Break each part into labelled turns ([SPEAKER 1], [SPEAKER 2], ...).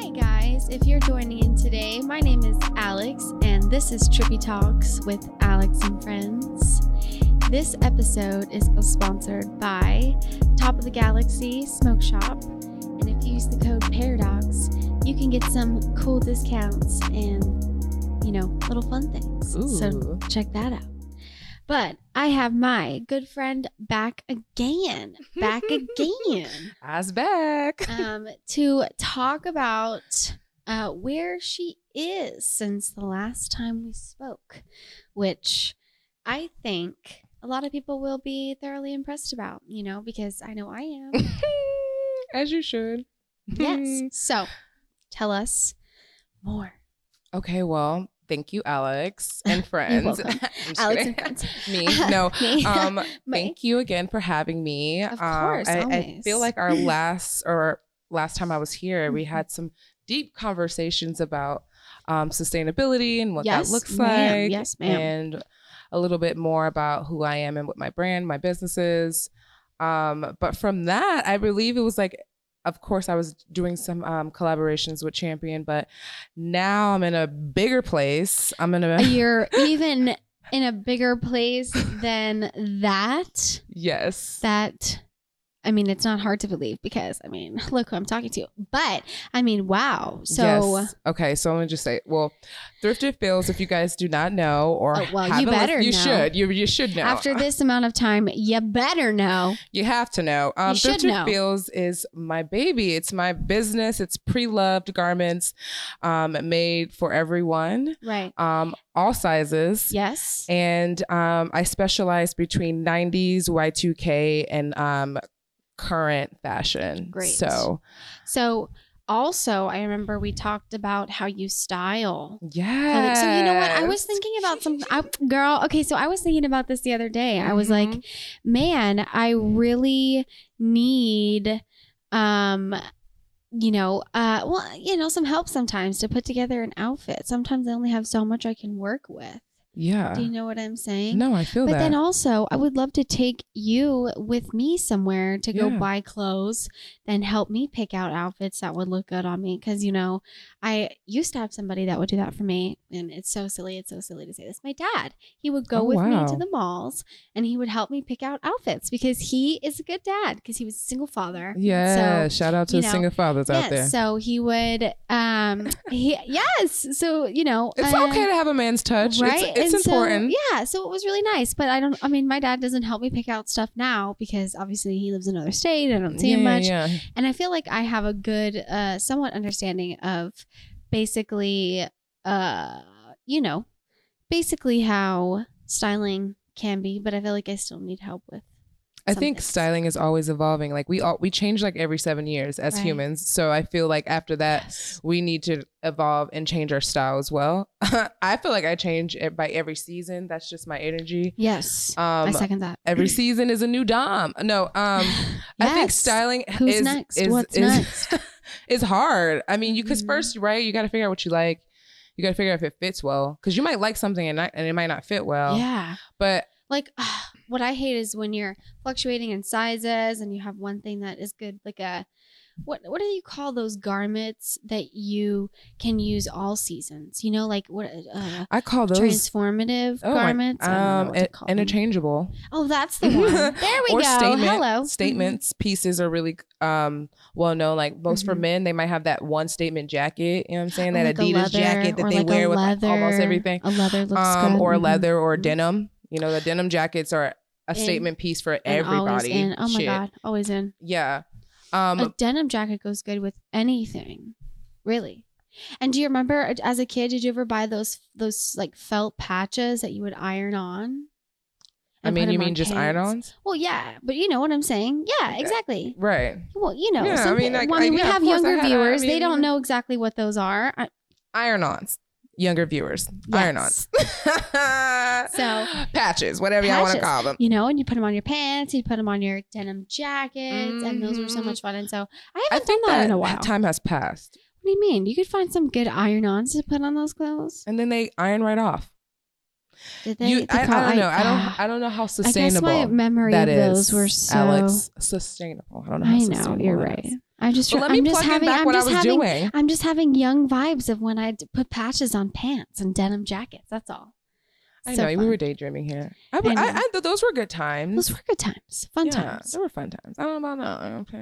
[SPEAKER 1] listeners, if you're joining in today, my name is Alex, and this is Trippy Talks with Alex and Friends. This episode is sponsored by Top of the Galaxy Smoke Shop, and if you use the code Paradox, you can get some cool discounts and, you know, little fun things. So
[SPEAKER 2] Ooh.
[SPEAKER 1] check that out. But I have my good friend back again, back again
[SPEAKER 2] Eyes back.
[SPEAKER 1] um, to talk about uh, where she is since the last time we spoke, which I think a lot of people will be thoroughly impressed about, you know, because I know I am.
[SPEAKER 2] As you should.
[SPEAKER 1] yes. So tell us more.
[SPEAKER 2] Okay, well, thank you, Alex and friends.
[SPEAKER 1] welcome.
[SPEAKER 2] I'm just
[SPEAKER 1] Alex
[SPEAKER 2] kidding.
[SPEAKER 1] and friends.
[SPEAKER 2] Me? No.
[SPEAKER 1] Me.
[SPEAKER 2] Um,
[SPEAKER 1] My-
[SPEAKER 2] thank you again for having me.
[SPEAKER 1] Of
[SPEAKER 2] Um,
[SPEAKER 1] course,
[SPEAKER 2] I, I
[SPEAKER 1] always.
[SPEAKER 2] feel like our last or last time I was here, we
[SPEAKER 1] Mhm.
[SPEAKER 2] had some deep conversations about um, sustainability and what
[SPEAKER 1] yes,
[SPEAKER 2] that looks
[SPEAKER 1] ma'am.
[SPEAKER 2] like.
[SPEAKER 1] Yes, ma'am.
[SPEAKER 2] and a little bit more about who I am and what my brand, my business is. Um, but from that, I believe it was like, of course, I was doing some um, collaborations with Champion, but now I'm in a bigger place. I'm in a
[SPEAKER 1] You're even in a bigger place than that.
[SPEAKER 2] yes,
[SPEAKER 1] that I mean, it's not hard to believe because I mean, look who I'm talking to. But I mean, wow. So,
[SPEAKER 2] Yes. okay. So I'm gonna just say, well, Thrifted Bills. If you guys do not know, or
[SPEAKER 1] Oh, well,
[SPEAKER 2] haven't
[SPEAKER 1] you
[SPEAKER 2] lis-
[SPEAKER 1] better
[SPEAKER 2] you
[SPEAKER 1] know.
[SPEAKER 2] should, you you should know.
[SPEAKER 1] after this amount of time, you better know.
[SPEAKER 2] You have to know. Um,
[SPEAKER 1] You should
[SPEAKER 2] Thrifted
[SPEAKER 1] know.
[SPEAKER 2] Feels is my baby. It's my business. It's pre-loved garments, um, made for everyone,
[SPEAKER 1] Right.
[SPEAKER 2] um, all sizes.
[SPEAKER 1] Yes.
[SPEAKER 2] And um, I specialize between '90s Y2K and um, current fashion.
[SPEAKER 1] Great.
[SPEAKER 2] So
[SPEAKER 1] So, also, I remember we talked about how you style.
[SPEAKER 2] yeah.
[SPEAKER 1] clothing. So, you know what? I was thinking about some I, girl. Okay. So, I was thinking about this the other day. I was like,
[SPEAKER 2] Mhm.
[SPEAKER 1] man, I really need um you know, uh well, you know, some help sometimes to put together an outfit. Sometimes I only have so much I can work with.
[SPEAKER 2] yeah.
[SPEAKER 1] Do you know what I'm saying?
[SPEAKER 2] No, I feel
[SPEAKER 1] But
[SPEAKER 2] that.
[SPEAKER 1] then also, I would love to take you with me somewhere to go
[SPEAKER 2] Yeah.
[SPEAKER 1] buy clothes, then help me pick out outfits that would look good on me. Cause, you know, I used to have somebody that would do that for me. And it's so silly. It's so silly to say this. My dad, he would go
[SPEAKER 2] Oh,
[SPEAKER 1] with me
[SPEAKER 2] wow.
[SPEAKER 1] to the malls and he would help me pick out outfits because he is a good dad because he was a single father.
[SPEAKER 2] yeah.
[SPEAKER 1] So,
[SPEAKER 2] Shout out to
[SPEAKER 1] you
[SPEAKER 2] the
[SPEAKER 1] know,
[SPEAKER 2] single fathers out there.
[SPEAKER 1] yes. So he would, um, he, yes. So, you know,
[SPEAKER 2] it's
[SPEAKER 1] uh,
[SPEAKER 2] okay to have a man's touch.
[SPEAKER 1] Right. And
[SPEAKER 2] It's, it's
[SPEAKER 1] so,
[SPEAKER 2] important.
[SPEAKER 1] yeah. So it was really nice. But I don't, I mean, my dad doesn't help me pick out stuff now because obviously he lives in another state. I don't see him much.
[SPEAKER 2] Yeah.
[SPEAKER 1] And I feel like I have a good, uh, somewhat understanding of basically, uh, you know, basically how styling can be. But I feel like I still need help with.
[SPEAKER 2] I
[SPEAKER 1] some
[SPEAKER 2] think
[SPEAKER 1] things.
[SPEAKER 2] styling is always evolving. Like we all we change like every seven years as
[SPEAKER 1] Right.
[SPEAKER 2] humans. So I feel like after that
[SPEAKER 1] Yes.
[SPEAKER 2] we need to evolve and change our style as well. I feel like I change it by every season. That's just my energy.
[SPEAKER 1] Yes. I
[SPEAKER 2] Um,
[SPEAKER 1] second that.
[SPEAKER 2] every season is a new dom. No, um, I think
[SPEAKER 1] Yes.
[SPEAKER 2] styling
[SPEAKER 1] Who's
[SPEAKER 2] is
[SPEAKER 1] next?
[SPEAKER 2] is
[SPEAKER 1] What's
[SPEAKER 2] is,
[SPEAKER 1] next?
[SPEAKER 2] is hard. I mean, you because
[SPEAKER 1] Mhm.
[SPEAKER 2] first right, you got to figure out what you like. You got to figure out if it fits well because you might like something and not, and it might not fit well.
[SPEAKER 1] Yeah.
[SPEAKER 2] But
[SPEAKER 1] like what I hate is when you're fluctuating in sizes and you have one thing that is good, like a what what do you call those garments that you can use all seasons? You know, like what uh,
[SPEAKER 2] I call those
[SPEAKER 1] transformative
[SPEAKER 2] oh my-
[SPEAKER 1] garments? I don't know
[SPEAKER 2] um
[SPEAKER 1] what to
[SPEAKER 2] in-
[SPEAKER 1] call them.
[SPEAKER 2] interchangeable.
[SPEAKER 1] Oh, that's the one. There we
[SPEAKER 2] or
[SPEAKER 1] go.
[SPEAKER 2] statement
[SPEAKER 1] Hello. Mm-hmm.
[SPEAKER 2] statements pieces are really um well known like most for
[SPEAKER 1] Mhm.
[SPEAKER 2] men they might have that one statement jacket you know what i'm saying
[SPEAKER 1] Or like
[SPEAKER 2] that
[SPEAKER 1] a
[SPEAKER 2] adidas
[SPEAKER 1] leather,
[SPEAKER 2] jacket that
[SPEAKER 1] or
[SPEAKER 2] they
[SPEAKER 1] like a
[SPEAKER 2] wear with like, almost
[SPEAKER 1] leather.
[SPEAKER 2] everything
[SPEAKER 1] A leather looks
[SPEAKER 2] um
[SPEAKER 1] good.
[SPEAKER 2] or
[SPEAKER 1] Mhm.
[SPEAKER 2] leather or
[SPEAKER 1] Mhm.
[SPEAKER 2] denim you know the denim jackets are a
[SPEAKER 1] And-
[SPEAKER 2] statement piece for
[SPEAKER 1] And always
[SPEAKER 2] everybody
[SPEAKER 1] in. Oh my
[SPEAKER 2] Shit.
[SPEAKER 1] god, always in.
[SPEAKER 2] yeah
[SPEAKER 1] a
[SPEAKER 2] um
[SPEAKER 1] denim jacket goes good with anything, really. And do you remember uh, as a kid? Did you ever buy those those like felt patches that you would iron on?
[SPEAKER 2] i
[SPEAKER 1] and put
[SPEAKER 2] mean you
[SPEAKER 1] them on
[SPEAKER 2] mean just
[SPEAKER 1] pants?
[SPEAKER 2] iron-ons
[SPEAKER 1] Well, yeah, but you know what I'm saying. Yeah, exactly.
[SPEAKER 2] right
[SPEAKER 1] Well, you know,
[SPEAKER 2] Yeah, I
[SPEAKER 1] some
[SPEAKER 2] mean,
[SPEAKER 1] pe-
[SPEAKER 2] like,
[SPEAKER 1] well, I mean,
[SPEAKER 2] I-
[SPEAKER 1] we
[SPEAKER 2] yeah, of
[SPEAKER 1] have
[SPEAKER 2] course, I
[SPEAKER 1] younger
[SPEAKER 2] had- I
[SPEAKER 1] viewers; they
[SPEAKER 2] mean-
[SPEAKER 1] don't know exactly what those are. I-
[SPEAKER 2] iron-ons younger viewers iron-ons
[SPEAKER 1] So-
[SPEAKER 2] patches whatever y'all want to
[SPEAKER 1] Patches.
[SPEAKER 2] call them
[SPEAKER 1] you know, and you put them on your pants, you put them on your denim jackets, and those were so
[SPEAKER 2] Mhm.
[SPEAKER 1] much fun. And so I
[SPEAKER 2] i
[SPEAKER 1] haven't done
[SPEAKER 2] think
[SPEAKER 1] that,
[SPEAKER 2] that
[SPEAKER 1] in a while.
[SPEAKER 2] time has passed
[SPEAKER 1] what do you mean? You could find some good iron-ons to put on those clothes.
[SPEAKER 2] and then they iron right off.
[SPEAKER 1] Did
[SPEAKER 2] you,
[SPEAKER 1] they
[SPEAKER 2] I, I
[SPEAKER 1] call-
[SPEAKER 2] don't know. I
[SPEAKER 1] ah.
[SPEAKER 2] don't. I don't know how
[SPEAKER 1] I guess
[SPEAKER 2] sustainable
[SPEAKER 1] my memory
[SPEAKER 2] that
[SPEAKER 1] of
[SPEAKER 2] is.
[SPEAKER 1] those were so.
[SPEAKER 2] Alex sustainable. I don't know. How
[SPEAKER 1] I know
[SPEAKER 2] sustainable
[SPEAKER 1] you're
[SPEAKER 2] that
[SPEAKER 1] right.
[SPEAKER 2] is.
[SPEAKER 1] I'm just,
[SPEAKER 2] So
[SPEAKER 1] try-
[SPEAKER 2] let me
[SPEAKER 1] I'm just
[SPEAKER 2] plug in
[SPEAKER 1] having,
[SPEAKER 2] back
[SPEAKER 1] I'm
[SPEAKER 2] what I
[SPEAKER 1] just
[SPEAKER 2] was
[SPEAKER 1] having,
[SPEAKER 2] doing.
[SPEAKER 1] I'm just having young vibes of when I d- put patches on pants and denim jackets. That's all.
[SPEAKER 2] I
[SPEAKER 1] So
[SPEAKER 2] know we
[SPEAKER 1] fun.
[SPEAKER 2] were daydreaming here. I,
[SPEAKER 1] I
[SPEAKER 2] I,
[SPEAKER 1] know.
[SPEAKER 2] I, those were good times.
[SPEAKER 1] Those were good times, fun
[SPEAKER 2] yeah,
[SPEAKER 1] times. Hmm.
[SPEAKER 2] They were fun times. I don't know about that. Okay.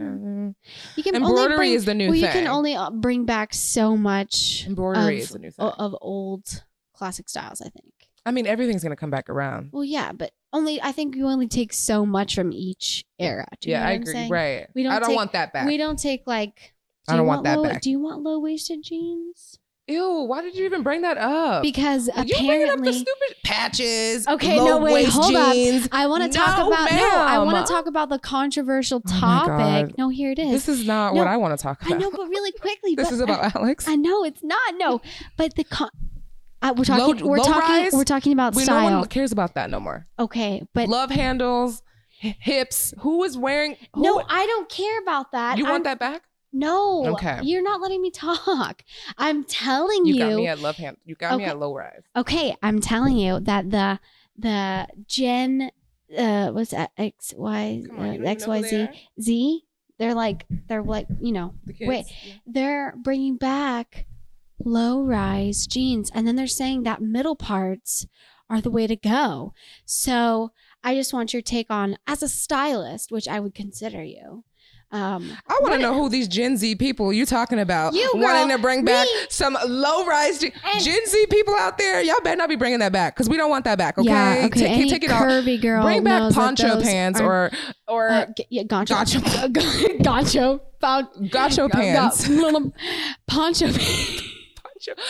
[SPEAKER 1] You can
[SPEAKER 2] Embroidery
[SPEAKER 1] only bring,
[SPEAKER 2] is the new
[SPEAKER 1] well, you
[SPEAKER 2] thing.
[SPEAKER 1] can only uh, bring back so much
[SPEAKER 2] Embroidery
[SPEAKER 1] of-
[SPEAKER 2] is the new thing.
[SPEAKER 1] o- of old classic styles. I think.
[SPEAKER 2] I mean, everything's gonna come back around.
[SPEAKER 1] Well, yeah, but only I think you only take so much from each era. Do you
[SPEAKER 2] yeah,
[SPEAKER 1] know
[SPEAKER 2] I
[SPEAKER 1] what I'm
[SPEAKER 2] agree.
[SPEAKER 1] saying?
[SPEAKER 2] Right.
[SPEAKER 1] We
[SPEAKER 2] I
[SPEAKER 1] don't
[SPEAKER 2] don't
[SPEAKER 1] take-
[SPEAKER 2] want that back.
[SPEAKER 1] We don't take like. do
[SPEAKER 2] I
[SPEAKER 1] you
[SPEAKER 2] don't want that
[SPEAKER 1] low,
[SPEAKER 2] back.
[SPEAKER 1] Do you want low waisted jeans?
[SPEAKER 2] Ew. Why did you even bring that up?
[SPEAKER 1] Because
[SPEAKER 2] Oh. you bringing up the
[SPEAKER 1] apparently,
[SPEAKER 2] stupid patches.
[SPEAKER 1] Okay, no, wait,
[SPEAKER 2] low-waist
[SPEAKER 1] hold up.
[SPEAKER 2] jeans.
[SPEAKER 1] I want to talk
[SPEAKER 2] No,
[SPEAKER 1] about no. I
[SPEAKER 2] ma'am.
[SPEAKER 1] want to talk about the controversial
[SPEAKER 2] Oh my
[SPEAKER 1] topic.
[SPEAKER 2] God.
[SPEAKER 1] no, here it is.
[SPEAKER 2] This is not
[SPEAKER 1] No,
[SPEAKER 2] what I want to talk
[SPEAKER 1] I
[SPEAKER 2] about.
[SPEAKER 1] know, but really quickly.
[SPEAKER 2] this
[SPEAKER 1] but
[SPEAKER 2] is
[SPEAKER 1] I-
[SPEAKER 2] about Alex.
[SPEAKER 1] I know it's not. No, but the con. I, we're talking.
[SPEAKER 2] Low-
[SPEAKER 1] we're
[SPEAKER 2] low
[SPEAKER 1] talking.
[SPEAKER 2] rise?
[SPEAKER 1] We're talking about
[SPEAKER 2] we, no
[SPEAKER 1] style.
[SPEAKER 2] one cares about that no more.
[SPEAKER 1] okay, but
[SPEAKER 2] Love handles, h- hips. Who is wearing? Who,
[SPEAKER 1] no, I don't care about that.
[SPEAKER 2] you
[SPEAKER 1] I'm-
[SPEAKER 2] want that back?
[SPEAKER 1] No.
[SPEAKER 2] Okay.
[SPEAKER 1] You're not letting me talk. I'm telling
[SPEAKER 2] You,
[SPEAKER 1] you.
[SPEAKER 2] got me at love hand. You got me
[SPEAKER 1] Okay.
[SPEAKER 2] at low rise.
[SPEAKER 1] okay, I'm telling you that the the Gen uh what's that X Y
[SPEAKER 2] Come on, you
[SPEAKER 1] uh,
[SPEAKER 2] don't
[SPEAKER 1] X
[SPEAKER 2] even
[SPEAKER 1] Y
[SPEAKER 2] know who they
[SPEAKER 1] Z
[SPEAKER 2] are?
[SPEAKER 1] Z. They're like they're like you know
[SPEAKER 2] The kids.
[SPEAKER 1] Wait. they're bringing back low rise jeans and then they're saying that middle parts are the way to go so i just want your take on as a stylist which i would consider you um
[SPEAKER 2] I want
[SPEAKER 1] What-
[SPEAKER 2] to know who these Gen Z people you talking about
[SPEAKER 1] You,
[SPEAKER 2] wanting
[SPEAKER 1] girl.
[SPEAKER 2] to bring back
[SPEAKER 1] Me.
[SPEAKER 2] some low rise Gen
[SPEAKER 1] And-
[SPEAKER 2] Z people out there. Y'all better not be bringing that back because we don't want that back. Okay,
[SPEAKER 1] yeah okay
[SPEAKER 2] Take-
[SPEAKER 1] any
[SPEAKER 2] take it off.
[SPEAKER 1] curvy girl
[SPEAKER 2] Bring back
[SPEAKER 1] knows that
[SPEAKER 2] poncho
[SPEAKER 1] those
[SPEAKER 2] pants
[SPEAKER 1] aren't-
[SPEAKER 2] or or
[SPEAKER 1] uh, g- yeah, gancho
[SPEAKER 2] Gancho.
[SPEAKER 1] Uh, g- gancho pon-
[SPEAKER 2] gacho
[SPEAKER 1] ga-
[SPEAKER 2] pants,
[SPEAKER 1] little poncho pants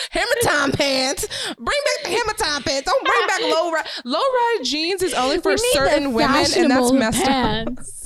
[SPEAKER 2] hammer time pants. Bring back the hammer time pants. Don't bring back low rise. Low rise jeans is only
[SPEAKER 1] We
[SPEAKER 2] for
[SPEAKER 1] need the
[SPEAKER 2] certain women, and that's
[SPEAKER 1] fashionable
[SPEAKER 2] messed
[SPEAKER 1] pants.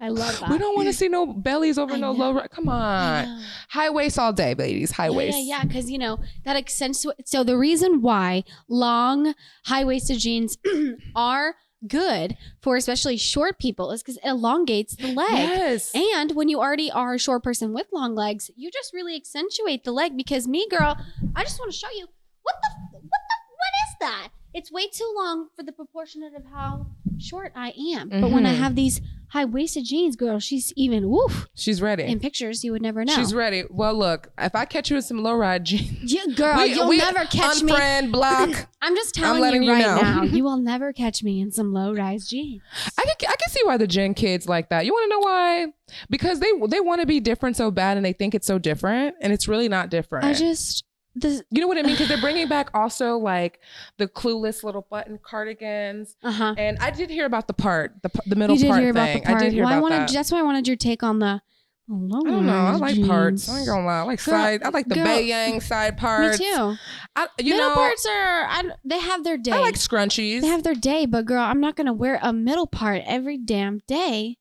[SPEAKER 1] i love
[SPEAKER 2] up.
[SPEAKER 1] that
[SPEAKER 2] We don't want to see no bellies over
[SPEAKER 1] I
[SPEAKER 2] no
[SPEAKER 1] know.
[SPEAKER 2] low rise. Come on,
[SPEAKER 1] Yeah.
[SPEAKER 2] high waist all day, ladies. High
[SPEAKER 1] Yeah,
[SPEAKER 2] waist.
[SPEAKER 1] Yeah, yeah, because you know that accentuates. So the reason why long high-waisted jeans are good for especially short people is because it elongates the leg.
[SPEAKER 2] Yes.
[SPEAKER 1] And when you already are a short person with long legs, you just really accentuate the leg because me, girl, I just want to show you what the what the what is that? It's way too long for the proportionate of how short I am. But when I
[SPEAKER 2] Mhm.
[SPEAKER 1] have these high-waisted jeans, girl, she's even woof.
[SPEAKER 2] She's ready.
[SPEAKER 1] In pictures, you would never know.
[SPEAKER 2] She's ready. Well, look, if I catch you in some low ride jeans,
[SPEAKER 1] Yeah, girl,
[SPEAKER 2] We-
[SPEAKER 1] you'll
[SPEAKER 2] we-
[SPEAKER 1] never catch me.
[SPEAKER 2] unfriend, block.
[SPEAKER 1] I'm just telling
[SPEAKER 2] letting
[SPEAKER 1] you
[SPEAKER 2] you
[SPEAKER 1] right
[SPEAKER 2] know.
[SPEAKER 1] now, you will never catch me in some low rise jeans.
[SPEAKER 2] I can I can see why the Gen kids like that. You want to know why? Because they they want to be different so bad, and they think it's so different, and it's really not different.
[SPEAKER 1] I just the
[SPEAKER 2] you know what I mean? Because they're bringing back also like the clueless little button cardigans,
[SPEAKER 1] uh huh.
[SPEAKER 2] and I did hear about the part the p- the middle
[SPEAKER 1] You did
[SPEAKER 2] part
[SPEAKER 1] hear about
[SPEAKER 2] thing.
[SPEAKER 1] the part.
[SPEAKER 2] I did hear
[SPEAKER 1] well, I
[SPEAKER 2] about
[SPEAKER 1] wanted,
[SPEAKER 2] that.
[SPEAKER 1] That's why I wanted your take on the low
[SPEAKER 2] I don't know. I like parts. I ain't gonna lie. I like
[SPEAKER 1] Mm, Girl-
[SPEAKER 2] side. I like the
[SPEAKER 1] girl-
[SPEAKER 2] Bayang side parts.
[SPEAKER 1] Me too.
[SPEAKER 2] I, you
[SPEAKER 1] middle
[SPEAKER 2] know,
[SPEAKER 1] parts are I, don't- they have their day.
[SPEAKER 2] I like scrunchies.
[SPEAKER 1] they have their day, but girl, I'm not gonna wear a middle part every damn day.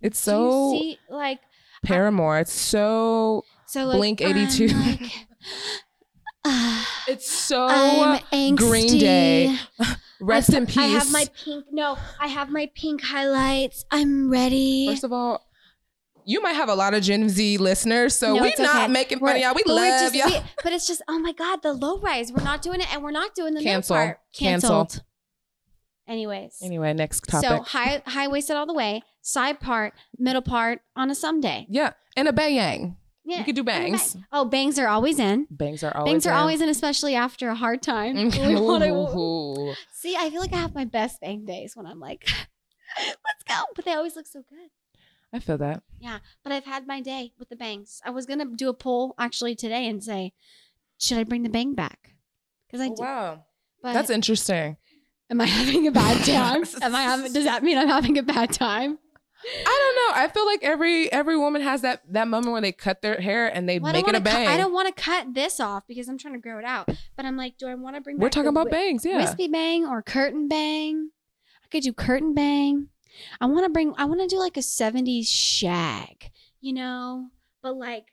[SPEAKER 2] it's
[SPEAKER 1] Do you
[SPEAKER 2] so
[SPEAKER 1] see, like
[SPEAKER 2] Paramore. It's so
[SPEAKER 1] so like
[SPEAKER 2] Blink
[SPEAKER 1] I'm
[SPEAKER 2] 82.
[SPEAKER 1] like, ah,
[SPEAKER 2] It's so
[SPEAKER 1] I'm
[SPEAKER 2] Green
[SPEAKER 1] angsty.
[SPEAKER 2] Day. rest
[SPEAKER 1] I,
[SPEAKER 2] in peace.
[SPEAKER 1] I have my pink. No, I have my pink highlights. I'm ready.
[SPEAKER 2] First of all, you might have a lot of Gen Z listeners, so
[SPEAKER 1] No,
[SPEAKER 2] we
[SPEAKER 1] it's
[SPEAKER 2] not
[SPEAKER 1] okay.
[SPEAKER 2] making fun
[SPEAKER 1] We're-
[SPEAKER 2] of y'all. We
[SPEAKER 1] but we're
[SPEAKER 2] love
[SPEAKER 1] just-
[SPEAKER 2] y'all.
[SPEAKER 1] we- but it's just, oh my God, the low rise. We're not doing it, and we're not doing the middle
[SPEAKER 2] Cancel.
[SPEAKER 1] part.
[SPEAKER 2] Cancel.
[SPEAKER 1] Canceled. Anyways,
[SPEAKER 2] Anyway, next topic.
[SPEAKER 1] so high high waisted all the way, side part, middle part on a someday.
[SPEAKER 2] yeah, and a bayang.
[SPEAKER 1] Yeah,
[SPEAKER 2] You could do
[SPEAKER 1] and a
[SPEAKER 2] bangs.
[SPEAKER 1] bang. Oh, bangs are always in.
[SPEAKER 2] Bangs are always
[SPEAKER 1] bangs are
[SPEAKER 2] in.
[SPEAKER 1] always in, especially after a hard time. We wanna-
[SPEAKER 2] Ooh.
[SPEAKER 1] see, I feel like I have my best bang days when I'm like, let's go, but they always look so good.
[SPEAKER 2] I feel that.
[SPEAKER 1] but I've had my day with the bangs. I was gonna do a poll actually today and say, should I bring the bang back? Because I
[SPEAKER 2] Oh,
[SPEAKER 1] do.
[SPEAKER 2] wow,
[SPEAKER 1] But
[SPEAKER 2] that's interesting.
[SPEAKER 1] am I having a bad time? am I having? Does that mean I'm having a bad time?
[SPEAKER 2] I don't know. I feel like every every woman has that that moment where they cut their hair and they
[SPEAKER 1] Well, I
[SPEAKER 2] make
[SPEAKER 1] don't
[SPEAKER 2] it a
[SPEAKER 1] wanna cut-
[SPEAKER 2] bang.
[SPEAKER 1] I don't want to cut this off because I'm trying to grow it out. But I'm like, do I want to bring?
[SPEAKER 2] We're
[SPEAKER 1] back
[SPEAKER 2] talking
[SPEAKER 1] the
[SPEAKER 2] about
[SPEAKER 1] wi-
[SPEAKER 2] bangs, yeah.
[SPEAKER 1] wispy bang or curtain bang. I could do curtain bang. I want to bring. I want to do like a '70s shag, you know, but like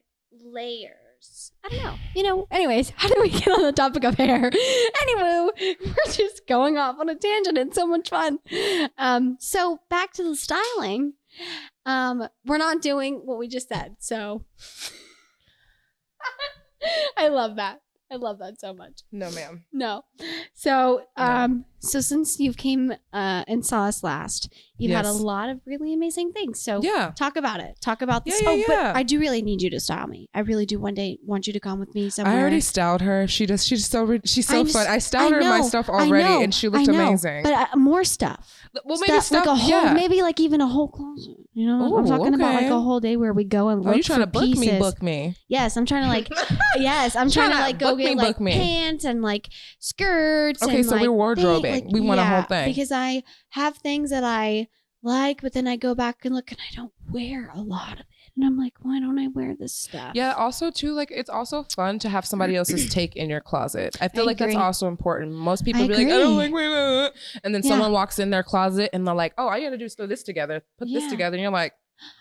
[SPEAKER 1] layers. I don't know. You know. Anyways, how do we get on the topic of hair? Anywho, we're just going off on a tangent. It's so much fun. Um, so back to the styling. Um, we're not doing what we just said. So I love that. I love that so much.
[SPEAKER 2] No, ma'am.
[SPEAKER 1] No. So,
[SPEAKER 2] No.
[SPEAKER 1] um, so since you came uh, and saw us last, you've had a
[SPEAKER 2] Yes.
[SPEAKER 1] lot of really amazing things. So
[SPEAKER 2] Yeah.
[SPEAKER 1] talk about it. Talk about this.
[SPEAKER 2] Yeah, yeah,
[SPEAKER 1] oh,
[SPEAKER 2] yeah.
[SPEAKER 1] but I do really need you to style me. I really do. One day, want you to come with me somewhere.
[SPEAKER 2] I already styled her. She does. She's so re- she's so
[SPEAKER 1] I'm
[SPEAKER 2] fun.
[SPEAKER 1] s-
[SPEAKER 2] I styled
[SPEAKER 1] I
[SPEAKER 2] her my
[SPEAKER 1] know,
[SPEAKER 2] stuff
[SPEAKER 1] I
[SPEAKER 2] already,
[SPEAKER 1] know,
[SPEAKER 2] and she
[SPEAKER 1] I
[SPEAKER 2] looked
[SPEAKER 1] know,
[SPEAKER 2] amazing.
[SPEAKER 1] But uh, more stuff.
[SPEAKER 2] well, maybe
[SPEAKER 1] Stuff- like a whole,
[SPEAKER 2] yeah.
[SPEAKER 1] maybe like even a whole closet. You know, I'm
[SPEAKER 2] Ooh,
[SPEAKER 1] talking about like
[SPEAKER 2] okay.
[SPEAKER 1] a whole day where we go and
[SPEAKER 2] Are
[SPEAKER 1] look
[SPEAKER 2] you trying
[SPEAKER 1] for
[SPEAKER 2] to book
[SPEAKER 1] pieces.
[SPEAKER 2] me? Book me.
[SPEAKER 1] Yes, I'm trying to like. yes, I'm trying
[SPEAKER 2] Tryna
[SPEAKER 1] to like go
[SPEAKER 2] book me,
[SPEAKER 1] get like
[SPEAKER 2] book me.
[SPEAKER 1] pants and like skirts.
[SPEAKER 2] Okay,
[SPEAKER 1] and,
[SPEAKER 2] so we're
[SPEAKER 1] like, thing-
[SPEAKER 2] wardrobing. We want a whole thing.
[SPEAKER 1] because I have things that I like, but then I go back and look, and I don't wear a lot of it, and I'm like, why don't I wear this stuff?
[SPEAKER 2] Yeah. Also, too, like it's also fun to have somebody else's take in your closet. I feel
[SPEAKER 1] I
[SPEAKER 2] like that's
[SPEAKER 1] agree.
[SPEAKER 2] also important. Most people
[SPEAKER 1] I
[SPEAKER 2] be like, I don't
[SPEAKER 1] agree.
[SPEAKER 2] like wearing it," and then
[SPEAKER 1] Yeah.
[SPEAKER 2] someone walks in their closet and they're like, Oh, all you gotta do is throw this together, put
[SPEAKER 1] Yeah.
[SPEAKER 2] this together, and you're like,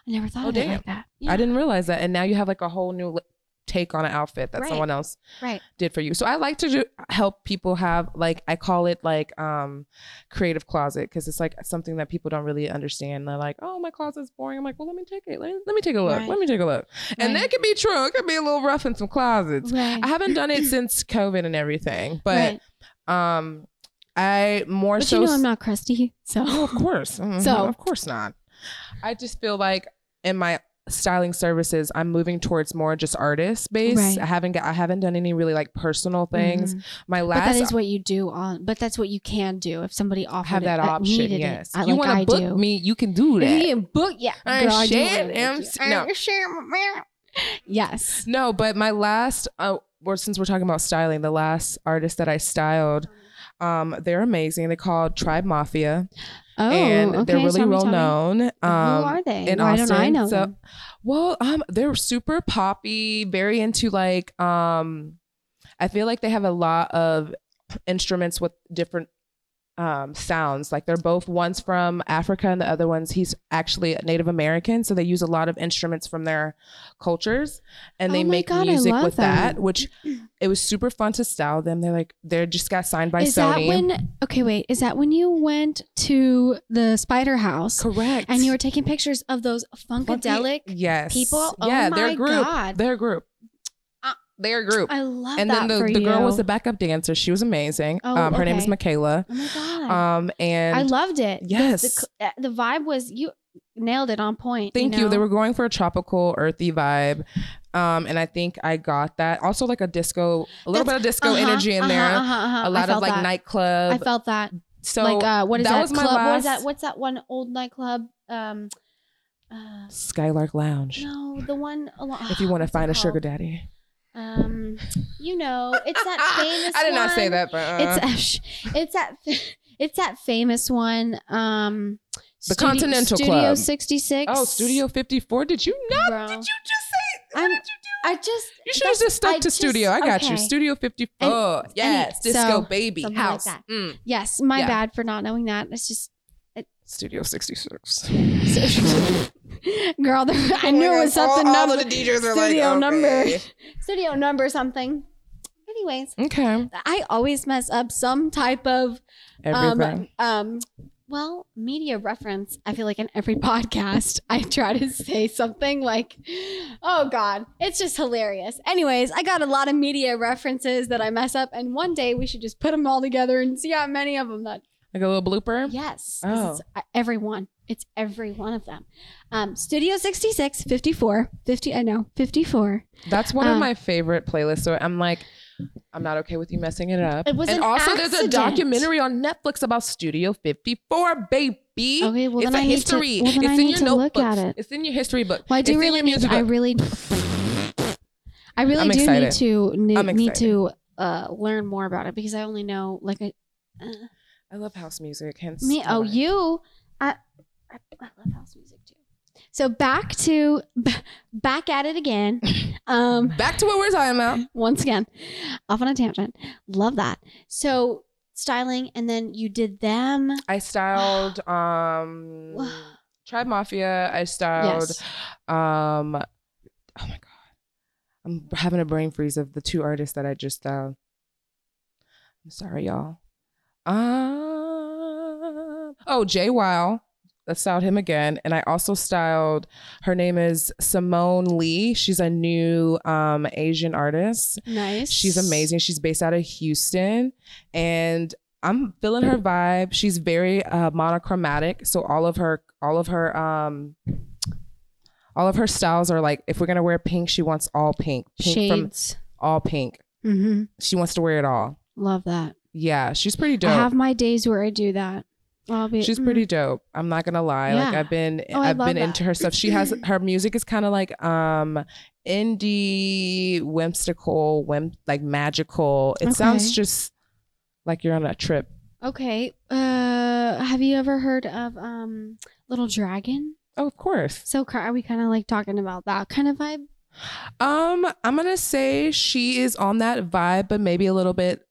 [SPEAKER 1] I never thought
[SPEAKER 2] Oh,
[SPEAKER 1] of it like
[SPEAKER 2] damn.
[SPEAKER 1] that.
[SPEAKER 2] I
[SPEAKER 1] Yeah,
[SPEAKER 2] didn't realize that, and now you have like a whole new li- take on an outfit that
[SPEAKER 1] Right.
[SPEAKER 2] someone else
[SPEAKER 1] right.
[SPEAKER 2] did for you. So I like to do, help people have like I call it like um creative closet because it's like something that people don't really understand. They're like, oh my closet's boring. I'm like, well let me take it. Let me, let me take a look.
[SPEAKER 1] Right.
[SPEAKER 2] Let me take a look. And
[SPEAKER 1] Right.
[SPEAKER 2] that can be true. It could be a little rough in some closets.
[SPEAKER 1] Right.
[SPEAKER 2] I haven't done it since COVID and everything, but
[SPEAKER 1] right.
[SPEAKER 2] um I more
[SPEAKER 1] but
[SPEAKER 2] so
[SPEAKER 1] you know, I'm not crusty, so
[SPEAKER 2] Oh, of course. Mhm,
[SPEAKER 1] So-
[SPEAKER 2] of course not. I just feel like in my styling services, I'm moving towards more just artist based.
[SPEAKER 1] Right.
[SPEAKER 2] I haven't got, I haven't done any really like personal things.
[SPEAKER 1] Mhm.
[SPEAKER 2] My
[SPEAKER 1] But that
[SPEAKER 2] last
[SPEAKER 1] is what you do on. But that's what you can do if somebody offered
[SPEAKER 2] have
[SPEAKER 1] it,
[SPEAKER 2] that
[SPEAKER 1] uh,
[SPEAKER 2] option.
[SPEAKER 1] needed it,
[SPEAKER 2] Yes,
[SPEAKER 1] I-
[SPEAKER 2] you
[SPEAKER 1] like
[SPEAKER 2] want
[SPEAKER 1] I
[SPEAKER 2] to book
[SPEAKER 1] do.
[SPEAKER 2] me? You can do
[SPEAKER 1] If
[SPEAKER 2] that.
[SPEAKER 1] You can book, yeah.
[SPEAKER 2] I
[SPEAKER 1] Girl, I do
[SPEAKER 2] shit
[SPEAKER 1] wanna book
[SPEAKER 2] am
[SPEAKER 1] you.
[SPEAKER 2] s-
[SPEAKER 1] I
[SPEAKER 2] no.
[SPEAKER 1] shit- Yes.
[SPEAKER 2] No, but my last, uh, or since we're talking about styling, the last artist that I styled, um, they're amazing. They called Tribe Mafia,
[SPEAKER 1] Oh,
[SPEAKER 2] and
[SPEAKER 1] okay.
[SPEAKER 2] they're
[SPEAKER 1] so
[SPEAKER 2] really
[SPEAKER 1] tell me-
[SPEAKER 2] well
[SPEAKER 1] tell me.
[SPEAKER 2] known. Um,
[SPEAKER 1] Who are they?
[SPEAKER 2] in
[SPEAKER 1] Why don't I
[SPEAKER 2] Austin,
[SPEAKER 1] know
[SPEAKER 2] so-
[SPEAKER 1] them?
[SPEAKER 2] Well, um, they're super poppy, very into like um I feel like they have a lot of instruments with different um sounds. Like they're both one's from Africa and the other one's he's actually a Native American, so they use a lot of instruments from their cultures and
[SPEAKER 1] Oh
[SPEAKER 2] they
[SPEAKER 1] my
[SPEAKER 2] make
[SPEAKER 1] God, I
[SPEAKER 2] music
[SPEAKER 1] love
[SPEAKER 2] with that,
[SPEAKER 1] that.
[SPEAKER 2] which it was super fun to style them. They're like they're just got signed by
[SPEAKER 1] is that
[SPEAKER 2] Sony.
[SPEAKER 1] when? Okay, wait. Is that when you went to the Spider House
[SPEAKER 2] Correct.
[SPEAKER 1] and you were taking pictures of those funkadelic?
[SPEAKER 2] yes.
[SPEAKER 1] people? Oh
[SPEAKER 2] Yeah,
[SPEAKER 1] my
[SPEAKER 2] their group.
[SPEAKER 1] God.
[SPEAKER 2] Their group.
[SPEAKER 1] Uh,
[SPEAKER 2] Their group.
[SPEAKER 1] I love
[SPEAKER 2] and
[SPEAKER 1] that
[SPEAKER 2] then the,
[SPEAKER 1] for
[SPEAKER 2] the girl
[SPEAKER 1] you.
[SPEAKER 2] was the backup dancer. She was amazing.
[SPEAKER 1] Oh,
[SPEAKER 2] um, her name is
[SPEAKER 1] okay.
[SPEAKER 2] Michaela.
[SPEAKER 1] Oh my god!
[SPEAKER 2] Um, and
[SPEAKER 1] I loved it. The- The,
[SPEAKER 2] yes.
[SPEAKER 1] cl- uh, the, vibe was you nailed it on point.
[SPEAKER 2] thank you,
[SPEAKER 1] know?
[SPEAKER 2] They were going for a tropical, earthy vibe. Um, and I think I got that. Also, like a disco, a
[SPEAKER 1] That's-
[SPEAKER 2] little bit of disco
[SPEAKER 1] Uh-huh,
[SPEAKER 2] energy in
[SPEAKER 1] uh-huh,
[SPEAKER 2] there.
[SPEAKER 1] uh-huh, uh-huh. I
[SPEAKER 2] A lot of
[SPEAKER 1] felt
[SPEAKER 2] like
[SPEAKER 1] that. I
[SPEAKER 2] nightclub.
[SPEAKER 1] felt that.
[SPEAKER 2] so
[SPEAKER 1] like uh, what is that,
[SPEAKER 2] that was my
[SPEAKER 1] club? What is
[SPEAKER 2] last-
[SPEAKER 1] that? What's that one old nightclub? Um, uh,
[SPEAKER 2] Skylark Lounge.
[SPEAKER 1] no, the one. Along,
[SPEAKER 2] If you want to
[SPEAKER 1] what's it
[SPEAKER 2] find a sugar
[SPEAKER 1] called?
[SPEAKER 2] daddy.
[SPEAKER 1] Um, you know, it's that famous.
[SPEAKER 2] I did not say
[SPEAKER 1] one.
[SPEAKER 2] that, but uh,
[SPEAKER 1] It's sh- it's that fa- it's that famous one. Um,
[SPEAKER 2] The Continental
[SPEAKER 1] Studio
[SPEAKER 2] Club.
[SPEAKER 1] sixty six.
[SPEAKER 2] oh, Studio 54. Did you not?
[SPEAKER 1] Bro.
[SPEAKER 2] Did you just say?
[SPEAKER 1] I'm-
[SPEAKER 2] did you do?
[SPEAKER 1] I just
[SPEAKER 2] You should have just stuck
[SPEAKER 1] I
[SPEAKER 2] to
[SPEAKER 1] just-
[SPEAKER 2] studio. I got
[SPEAKER 1] okay.
[SPEAKER 2] you. Studio 54.
[SPEAKER 1] And-
[SPEAKER 2] yes.
[SPEAKER 1] any-
[SPEAKER 2] Disco
[SPEAKER 1] so,
[SPEAKER 2] Baby
[SPEAKER 1] something like
[SPEAKER 2] House.
[SPEAKER 1] that.
[SPEAKER 2] Mm.
[SPEAKER 1] yes, my
[SPEAKER 2] Yeah.
[SPEAKER 1] bad for not knowing that. It's just
[SPEAKER 2] Studio 66.
[SPEAKER 1] girl, there, I knew it was something
[SPEAKER 2] All,
[SPEAKER 1] number
[SPEAKER 2] of the DJs are
[SPEAKER 1] studio
[SPEAKER 2] like,
[SPEAKER 1] number
[SPEAKER 2] okay.
[SPEAKER 1] studio number something. Anyways,
[SPEAKER 2] Okay.
[SPEAKER 1] I always mess up some type of um
[SPEAKER 2] Everything.
[SPEAKER 1] um. Well, media reference. I feel like in every podcast, I try to say something like, "Oh God, it's just hilarious." Anyways, I got a lot of media references that I mess up, and one day we should just put them all together and see how many of them that
[SPEAKER 2] like a little blooper.
[SPEAKER 1] Yes. 'cause It's uh, every one. It's every one of them. Um, Studio 66, 54, 50, I know, 54.
[SPEAKER 2] That's one
[SPEAKER 1] Uh,
[SPEAKER 2] of my favorite playlists. So I'm like, I'm not okay with you messing it up.
[SPEAKER 1] It was
[SPEAKER 2] and
[SPEAKER 1] an
[SPEAKER 2] also, there's a
[SPEAKER 1] accident.
[SPEAKER 2] documentary on Netflix about Studio 54, baby.
[SPEAKER 1] Okay, well,
[SPEAKER 2] it's
[SPEAKER 1] then
[SPEAKER 2] a
[SPEAKER 1] I need to-
[SPEAKER 2] history.
[SPEAKER 1] well, then
[SPEAKER 2] it's
[SPEAKER 1] I
[SPEAKER 2] in
[SPEAKER 1] need
[SPEAKER 2] your
[SPEAKER 1] to look at
[SPEAKER 2] notebooks.
[SPEAKER 1] it.
[SPEAKER 2] It's in your history book.
[SPEAKER 1] Well, I do
[SPEAKER 2] It's in
[SPEAKER 1] really
[SPEAKER 2] your
[SPEAKER 1] need,
[SPEAKER 2] music
[SPEAKER 1] I
[SPEAKER 2] book.
[SPEAKER 1] really, I really
[SPEAKER 2] I'm
[SPEAKER 1] do
[SPEAKER 2] excited.
[SPEAKER 1] need to, ne-
[SPEAKER 2] I'm
[SPEAKER 1] need to uh, learn more about it because I only know, like, I, uh,
[SPEAKER 2] I love house music. Hence,
[SPEAKER 1] me,
[SPEAKER 2] I
[SPEAKER 1] oh,
[SPEAKER 2] like-
[SPEAKER 1] you, I, I, I love house music too. So back to, b- back at it again. Um,
[SPEAKER 2] Back to what we're talking about.
[SPEAKER 1] once again off on a tangent love that so styling and then you did them
[SPEAKER 2] I styled um Tribe Mafia. I styled
[SPEAKER 1] yes
[SPEAKER 2] um oh my god. I'm having a brain freeze of the two artists that I just uh, styled. I'm sorry, y'all. Um oh Uh, Jay Wow. I styled him again, and I also styled. Her name is Simone Lee. She's a new um, Asian artist.
[SPEAKER 1] Nice.
[SPEAKER 2] She's amazing. She's based out of Houston, and I'm feeling her vibe. She's very uh, monochromatic, so all of her all of her um, all of her styles are like if we're gonna wear pink, she wants all pink, pink from
[SPEAKER 1] Shades.
[SPEAKER 2] all pink.
[SPEAKER 1] mm-hmm.
[SPEAKER 2] She wants to wear it all.
[SPEAKER 1] Love that.
[SPEAKER 2] Yeah, she's pretty dope.
[SPEAKER 1] I have my days where I do that. I'll be,
[SPEAKER 2] She's
[SPEAKER 1] mm.
[SPEAKER 2] pretty dope. I'm not gonna lie. Like
[SPEAKER 1] Yeah.
[SPEAKER 2] I've been,
[SPEAKER 1] Oh, I
[SPEAKER 2] I've
[SPEAKER 1] love
[SPEAKER 2] been
[SPEAKER 1] that.
[SPEAKER 2] into her stuff. She has her music is kind of like um indie, whimsical, whim like magical. It sounds
[SPEAKER 1] Okay.
[SPEAKER 2] just like you're on a trip.
[SPEAKER 1] Okay. Uh, have you ever heard of um Little Dragon?
[SPEAKER 2] Oh, of course.
[SPEAKER 1] So ki- are we kind of like talking about that kind of vibe?
[SPEAKER 2] Um, I'm gonna say she is on that vibe, but maybe a little bit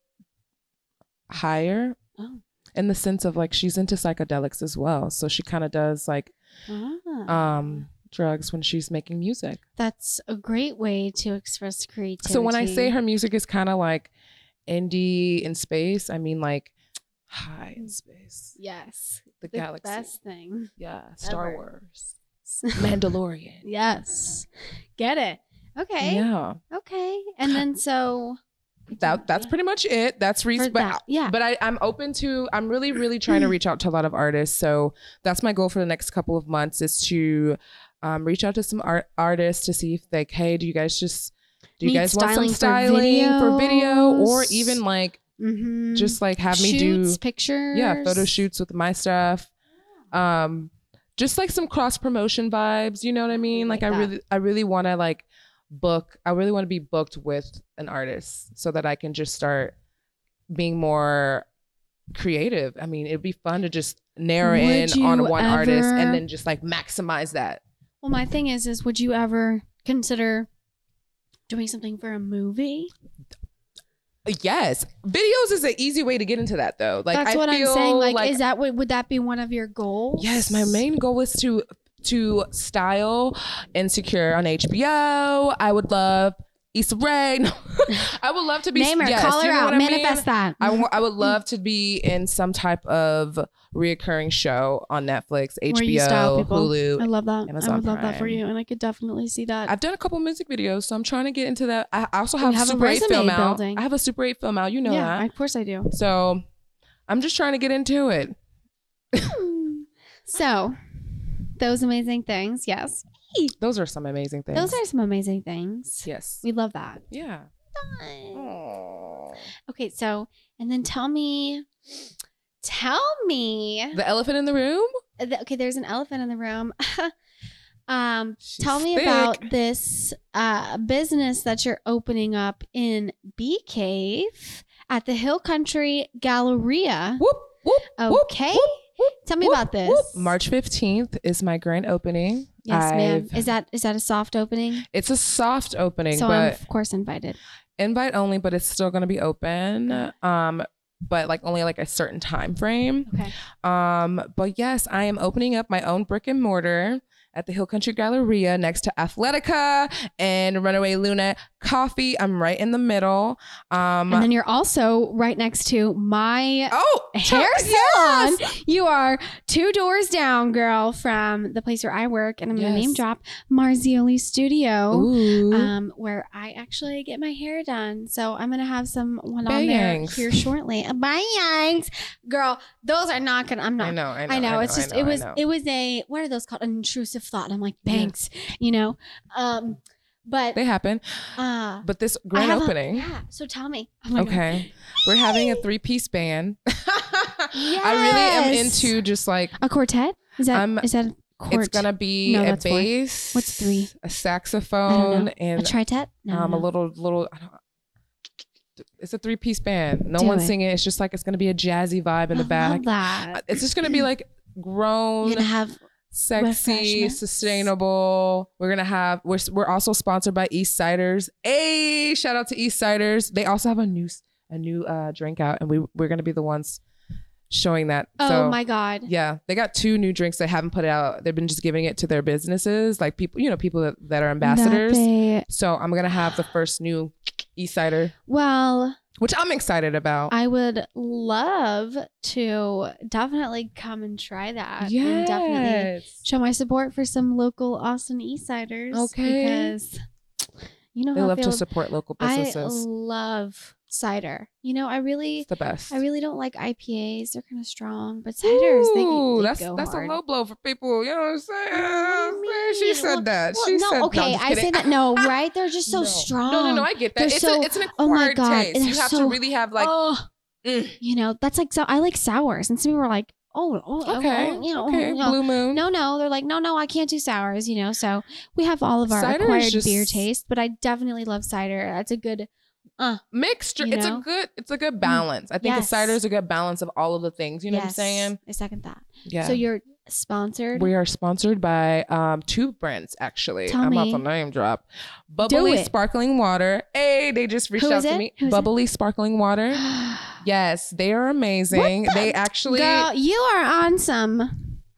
[SPEAKER 2] higher
[SPEAKER 1] Oh.
[SPEAKER 2] in the sense of like she's into psychedelics as well. So she kind of does like
[SPEAKER 1] Ah.
[SPEAKER 2] um drugs when she's making music.
[SPEAKER 1] that's a great way to express creativity.
[SPEAKER 2] So when I say her music is kind of like indie in space, I mean like high in space,
[SPEAKER 1] yes,
[SPEAKER 2] the,
[SPEAKER 1] the
[SPEAKER 2] galaxy,
[SPEAKER 1] best thing.
[SPEAKER 2] yeah, Star
[SPEAKER 1] ever.
[SPEAKER 2] Wars, Mandalorian,
[SPEAKER 1] yes, get it. Okay,
[SPEAKER 2] yeah.
[SPEAKER 1] okay, and then so
[SPEAKER 2] That that's pretty much it. That's
[SPEAKER 1] for
[SPEAKER 2] reason, but
[SPEAKER 1] that. yeah,
[SPEAKER 2] but I, I'm open to. I'm really really trying to reach out to a lot of artists. So that's my goal for the next couple of months is to um, reach out to some art artists to see if like, hey, do you guys just do you
[SPEAKER 1] Need
[SPEAKER 2] guys want some
[SPEAKER 1] styling for
[SPEAKER 2] styling for video or
[SPEAKER 1] videos.
[SPEAKER 2] even like
[SPEAKER 1] Mhm.
[SPEAKER 2] just like have me do
[SPEAKER 1] Shoots, pictures,
[SPEAKER 2] yeah photo shoots with my stuff um just like some cross promotion vibes you know what i mean like,
[SPEAKER 1] Oh, like
[SPEAKER 2] i
[SPEAKER 1] that.
[SPEAKER 2] really i really want to like book i really want to be booked with an artist so that i can just start being more creative i mean it'd be fun to just narrow
[SPEAKER 1] Would
[SPEAKER 2] in
[SPEAKER 1] you
[SPEAKER 2] on one artist
[SPEAKER 1] ever-
[SPEAKER 2] and then just like maximize that
[SPEAKER 1] Well, my thing is, is would you ever consider doing something for a movie?
[SPEAKER 2] yes videos is an easy way to get into that though like
[SPEAKER 1] That's
[SPEAKER 2] I
[SPEAKER 1] what I'm saying.
[SPEAKER 2] feel
[SPEAKER 1] Like, is that would would that be one of your goals?
[SPEAKER 2] Yes, my main goal is to to style Insecure on HBO. I would love Issa Rae. No. I would love to be
[SPEAKER 1] name her,
[SPEAKER 2] yes,
[SPEAKER 1] call
[SPEAKER 2] you
[SPEAKER 1] her
[SPEAKER 2] know
[SPEAKER 1] out,
[SPEAKER 2] what I mean?
[SPEAKER 1] manifest Mm-hmm. that.
[SPEAKER 2] I wa- I would love to be in some type of reoccurring show on Netflix,
[SPEAKER 1] Where you style
[SPEAKER 2] HBO,
[SPEAKER 1] people. I
[SPEAKER 2] Hulu.
[SPEAKER 1] love that. I
[SPEAKER 2] Amazon
[SPEAKER 1] would love that for
[SPEAKER 2] Prime.
[SPEAKER 1] you, and I could definitely see that.
[SPEAKER 2] I've done a couple music videos, so I'm trying to get into that. I I also
[SPEAKER 1] We
[SPEAKER 2] have,
[SPEAKER 1] have a
[SPEAKER 2] Super 8 film
[SPEAKER 1] resume
[SPEAKER 2] out.
[SPEAKER 1] building.
[SPEAKER 2] I have a Super 8 film out. You know
[SPEAKER 1] yeah,
[SPEAKER 2] that.
[SPEAKER 1] of course I do.
[SPEAKER 2] so I'm just trying to get into it.
[SPEAKER 1] so, those amazing things. Yes,
[SPEAKER 2] Those are some amazing things.
[SPEAKER 1] those are some amazing things.
[SPEAKER 2] yes.
[SPEAKER 1] We love that.
[SPEAKER 2] Yeah. Aw.
[SPEAKER 1] Okay, so and then tell me, tell me.
[SPEAKER 2] The elephant in the room.
[SPEAKER 1] Uh, th- okay, there's an elephant in the room. um,
[SPEAKER 2] She's
[SPEAKER 1] tell me
[SPEAKER 2] thick.
[SPEAKER 1] about this uh, business that you're opening up in Bee Cave at the Hill Country Galleria.
[SPEAKER 2] Whoop, whoop, whoop,
[SPEAKER 1] Okay,
[SPEAKER 2] whoop, whoop,
[SPEAKER 1] tell me
[SPEAKER 2] whoop,
[SPEAKER 1] about this.
[SPEAKER 2] whoop. March 15th is my grand opening.
[SPEAKER 1] Yes, ma'am.
[SPEAKER 2] I've-
[SPEAKER 1] Is that is that a soft opening?
[SPEAKER 2] It's a soft opening,
[SPEAKER 1] So I'm
[SPEAKER 2] but
[SPEAKER 1] of course invited.
[SPEAKER 2] invite only, but it's still going to be open. Um, but like only like a certain time frame.
[SPEAKER 1] Okay.
[SPEAKER 2] Um, but yes, I am opening up my own brick and mortar at the Hill Country Galleria next to Athletica and Runaway Luna Coffee. I'm right in the middle. Um,
[SPEAKER 1] and then you're also right next to my
[SPEAKER 2] oh,
[SPEAKER 1] hair
[SPEAKER 2] yes!
[SPEAKER 1] salon. You are two doors down, girl, from the place where I work, and I'm gonna
[SPEAKER 2] Yes.
[SPEAKER 1] name drop Marzioli Studio,
[SPEAKER 2] Ooh.
[SPEAKER 1] um, where I actually get my hair done. So I'm gonna have some one on there
[SPEAKER 2] Bangs.
[SPEAKER 1] here shortly. Uh, Bangs, girl, those are not gonna. I'm not.
[SPEAKER 2] I know, I know,
[SPEAKER 1] I know,
[SPEAKER 2] I
[SPEAKER 1] it's
[SPEAKER 2] I
[SPEAKER 1] just
[SPEAKER 2] know,
[SPEAKER 1] it
[SPEAKER 2] I
[SPEAKER 1] was
[SPEAKER 2] know.
[SPEAKER 1] it was a what are those called an intrusive thought and I'm like
[SPEAKER 2] Yeah.
[SPEAKER 1] banks you know um but
[SPEAKER 2] they happen.
[SPEAKER 1] uh
[SPEAKER 2] But this
[SPEAKER 1] I
[SPEAKER 2] grand
[SPEAKER 1] have a-
[SPEAKER 2] opening,
[SPEAKER 1] yeah so tell me oh my God.
[SPEAKER 2] okay, we're having a three piece band. I really am
[SPEAKER 1] Yes.
[SPEAKER 2] into just like
[SPEAKER 1] A quartet? Is that
[SPEAKER 2] Um,
[SPEAKER 1] is that a quart?
[SPEAKER 2] it's gonna be
[SPEAKER 1] No,
[SPEAKER 2] a
[SPEAKER 1] that's four.
[SPEAKER 2] bass,
[SPEAKER 1] What's three?
[SPEAKER 2] a saxophone,
[SPEAKER 1] a
[SPEAKER 2] and
[SPEAKER 1] tritet? No,
[SPEAKER 2] um
[SPEAKER 1] no.
[SPEAKER 2] a little little. I don't, it's a three piece band. No
[SPEAKER 1] Do
[SPEAKER 2] one's
[SPEAKER 1] it.
[SPEAKER 2] singing. It's just like it's gonna be a jazzy vibe in the
[SPEAKER 1] I
[SPEAKER 2] back.
[SPEAKER 1] Love that.
[SPEAKER 2] It's just gonna be like
[SPEAKER 1] You're
[SPEAKER 2] grown,
[SPEAKER 1] gonna have
[SPEAKER 2] sexy,
[SPEAKER 1] refreshments.
[SPEAKER 2] sustainable. We're gonna have. We're we're also sponsored by East Ciders. Hey, shout out to East Ciders. They also have a new a new uh, drink out, and we we're gonna be the ones showing that.
[SPEAKER 1] oh
[SPEAKER 2] so,
[SPEAKER 1] my god.
[SPEAKER 2] Yeah, they got two new drinks they haven't put out. They've been just giving it to their businesses, like people, you know, people that, that are ambassadors.
[SPEAKER 1] That they-
[SPEAKER 2] So I'm gonna have the first new East Cider.
[SPEAKER 1] well,
[SPEAKER 2] which I'm excited about.
[SPEAKER 1] I would love to definitely come and try that. And definitely
[SPEAKER 2] Yes.
[SPEAKER 1] show my support for some local Austin Eastsiders.
[SPEAKER 2] Okay.
[SPEAKER 1] Because you know
[SPEAKER 2] They
[SPEAKER 1] how
[SPEAKER 2] love
[SPEAKER 1] I
[SPEAKER 2] to
[SPEAKER 1] feel.
[SPEAKER 2] support local
[SPEAKER 1] I
[SPEAKER 2] businesses.
[SPEAKER 1] love cider. You know, I really,
[SPEAKER 2] it's the best.
[SPEAKER 1] I really don't like IPAs. They're kind of strong, but ciders, they,
[SPEAKER 2] Ooh,
[SPEAKER 1] they
[SPEAKER 2] that's
[SPEAKER 1] go
[SPEAKER 2] that's
[SPEAKER 1] hard.
[SPEAKER 2] a low blow for people. You know what I'm saying?
[SPEAKER 1] What do you
[SPEAKER 2] Man, She
[SPEAKER 1] mean?
[SPEAKER 2] said that.
[SPEAKER 1] Well,
[SPEAKER 2] she
[SPEAKER 1] no,
[SPEAKER 2] said no,
[SPEAKER 1] okay,
[SPEAKER 2] I'm just
[SPEAKER 1] I say
[SPEAKER 2] kidding.
[SPEAKER 1] that no, right? They're just so
[SPEAKER 2] No.
[SPEAKER 1] strong.
[SPEAKER 2] No, no, no. I get that.
[SPEAKER 1] They're
[SPEAKER 2] It's,
[SPEAKER 1] so-
[SPEAKER 2] a, it's an
[SPEAKER 1] oh my
[SPEAKER 2] acquired
[SPEAKER 1] God,
[SPEAKER 2] taste.
[SPEAKER 1] they're
[SPEAKER 2] You have
[SPEAKER 1] so-
[SPEAKER 2] to really have like.
[SPEAKER 1] Oh,
[SPEAKER 2] mm,
[SPEAKER 1] you know, that's like so. I like sours, and some people are like, oh, oh,
[SPEAKER 2] okay,
[SPEAKER 1] oh, you know,
[SPEAKER 2] okay.
[SPEAKER 1] you know.
[SPEAKER 2] Blue Moon.
[SPEAKER 1] no, no, they're like, no, no, I can't do sours, you know. So we have all of our
[SPEAKER 2] Cider is
[SPEAKER 1] acquired
[SPEAKER 2] just-
[SPEAKER 1] beer taste, but I definitely love cider. That's a good.
[SPEAKER 2] mixture.
[SPEAKER 1] you
[SPEAKER 2] It's
[SPEAKER 1] know? Mm,
[SPEAKER 2] a good. It's a good balance. I think
[SPEAKER 1] Yes.
[SPEAKER 2] the cider is a good balance of all of the things. You know what I'm
[SPEAKER 1] Yes,
[SPEAKER 2] saying?
[SPEAKER 1] I second that.
[SPEAKER 2] Yeah.
[SPEAKER 1] So you're sponsored.
[SPEAKER 2] we are sponsored by um, two brands actually.
[SPEAKER 1] Tell
[SPEAKER 2] I'm
[SPEAKER 1] me.
[SPEAKER 2] about to name drop. Bubbly
[SPEAKER 1] it.
[SPEAKER 2] sparkling water. Hey, they just reached
[SPEAKER 1] Who
[SPEAKER 2] out
[SPEAKER 1] is
[SPEAKER 2] to
[SPEAKER 1] it?
[SPEAKER 2] me.
[SPEAKER 1] Who is it?
[SPEAKER 2] Bubbly sparkling water. Yes, they are amazing.
[SPEAKER 1] What the-
[SPEAKER 2] They actually,
[SPEAKER 1] Girl, you are on some,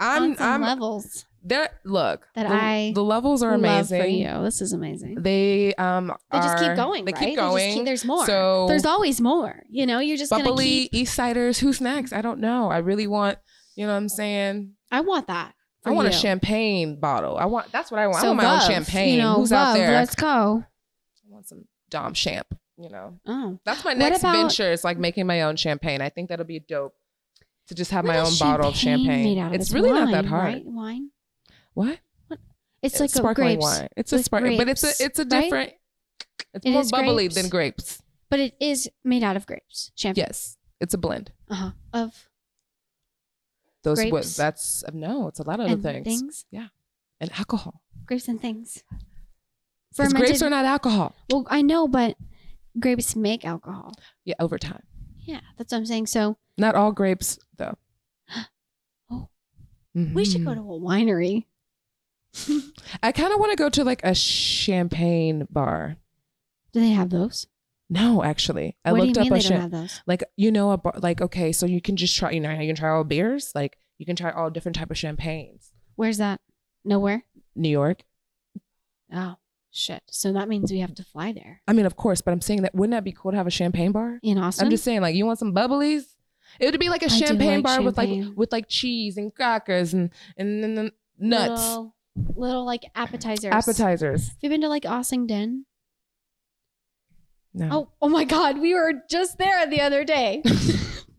[SPEAKER 2] I'm,
[SPEAKER 1] on some
[SPEAKER 2] I'm,
[SPEAKER 1] levels
[SPEAKER 2] they're look.
[SPEAKER 1] that
[SPEAKER 2] the,
[SPEAKER 1] I
[SPEAKER 2] the levels are
[SPEAKER 1] love
[SPEAKER 2] amazing.
[SPEAKER 1] for you. This is amazing.
[SPEAKER 2] They um,
[SPEAKER 1] They just
[SPEAKER 2] are-
[SPEAKER 1] keep going.
[SPEAKER 2] They
[SPEAKER 1] right? just
[SPEAKER 2] keep going.
[SPEAKER 1] there's more.
[SPEAKER 2] So
[SPEAKER 1] there's always more. You know, you're just gonna
[SPEAKER 2] bubbly
[SPEAKER 1] keep.
[SPEAKER 2] East Siders. Who's next? I don't know. I really want. You know what I'm saying?
[SPEAKER 1] I want that.
[SPEAKER 2] I
[SPEAKER 1] for
[SPEAKER 2] want a
[SPEAKER 1] you.
[SPEAKER 2] champagne bottle. I want. That's what I want.
[SPEAKER 1] So
[SPEAKER 2] I want my
[SPEAKER 1] Vov,
[SPEAKER 2] own champagne.
[SPEAKER 1] You know,
[SPEAKER 2] Who's out
[SPEAKER 1] Vov,
[SPEAKER 2] there?
[SPEAKER 1] Let's go.
[SPEAKER 2] I want some Dom Champ. You know,
[SPEAKER 1] Oh,
[SPEAKER 2] that's my
[SPEAKER 1] What
[SPEAKER 2] next
[SPEAKER 1] about-
[SPEAKER 2] venture. Is like making my own champagne. I think that'll be dope. To just have
[SPEAKER 1] What
[SPEAKER 2] my
[SPEAKER 1] is
[SPEAKER 2] own bottle of champagne.
[SPEAKER 1] Made out of
[SPEAKER 2] it's
[SPEAKER 1] It's
[SPEAKER 2] really
[SPEAKER 1] wine,
[SPEAKER 2] not that hard.
[SPEAKER 1] Right? Wine.
[SPEAKER 2] What?
[SPEAKER 1] It's, like a
[SPEAKER 2] sparkling
[SPEAKER 1] grapes,
[SPEAKER 2] wine. It's a
[SPEAKER 1] with
[SPEAKER 2] spark, but it's
[SPEAKER 1] grapes,
[SPEAKER 2] a it's a
[SPEAKER 1] right?
[SPEAKER 2] different. It's
[SPEAKER 1] It
[SPEAKER 2] more
[SPEAKER 1] is
[SPEAKER 2] bubbly
[SPEAKER 1] grapes.
[SPEAKER 2] than grapes.
[SPEAKER 1] but it is made out of grapes. Champagne.
[SPEAKER 2] Yes, it's a blend.
[SPEAKER 1] Uh-huh. Of
[SPEAKER 2] Those what
[SPEAKER 1] Grapes.
[SPEAKER 2] that's uh, no, it's a lot of other
[SPEAKER 1] and
[SPEAKER 2] things.
[SPEAKER 1] things.
[SPEAKER 2] and alcohol.
[SPEAKER 1] Grapes and things.
[SPEAKER 2] 'Cause
[SPEAKER 1] Fermented.
[SPEAKER 2] grapes are not alcohol.
[SPEAKER 1] well, I know, but grapes make alcohol.
[SPEAKER 2] Yeah, over time.
[SPEAKER 1] Yeah, that's what I'm saying. So
[SPEAKER 2] Not all grapes though. Mm-hmm.
[SPEAKER 1] Oh. we should
[SPEAKER 2] Mm.
[SPEAKER 1] go to a winery.
[SPEAKER 2] I kind of want to go to like a champagne bar.
[SPEAKER 1] Do they have those?
[SPEAKER 2] No, actually, I
[SPEAKER 1] what
[SPEAKER 2] looked
[SPEAKER 1] do you mean
[SPEAKER 2] up a
[SPEAKER 1] they don't
[SPEAKER 2] champagne.
[SPEAKER 1] have those?
[SPEAKER 2] Like you know, a bar, like okay, so you can just try. You know, how you can try all beers. Like you can try all different type of champagnes.
[SPEAKER 1] Where's that? Nowhere.
[SPEAKER 2] New York.
[SPEAKER 1] Oh shit! So that means we have to fly there
[SPEAKER 2] I mean, of course, but I'm saying that wouldn't that be cool to have a champagne bar?
[SPEAKER 1] in Austin.
[SPEAKER 2] I'm just saying, like, you want some bubblies? It would be like a
[SPEAKER 1] I do
[SPEAKER 2] champagne
[SPEAKER 1] like
[SPEAKER 2] bar with
[SPEAKER 1] champagne.
[SPEAKER 2] like with like cheese and crackers and and then the nuts,
[SPEAKER 1] Little, little like appetizers.
[SPEAKER 2] appetizers.
[SPEAKER 1] Have you been to like Ossington?
[SPEAKER 2] No.
[SPEAKER 1] Oh, oh my God! We were just there the other day.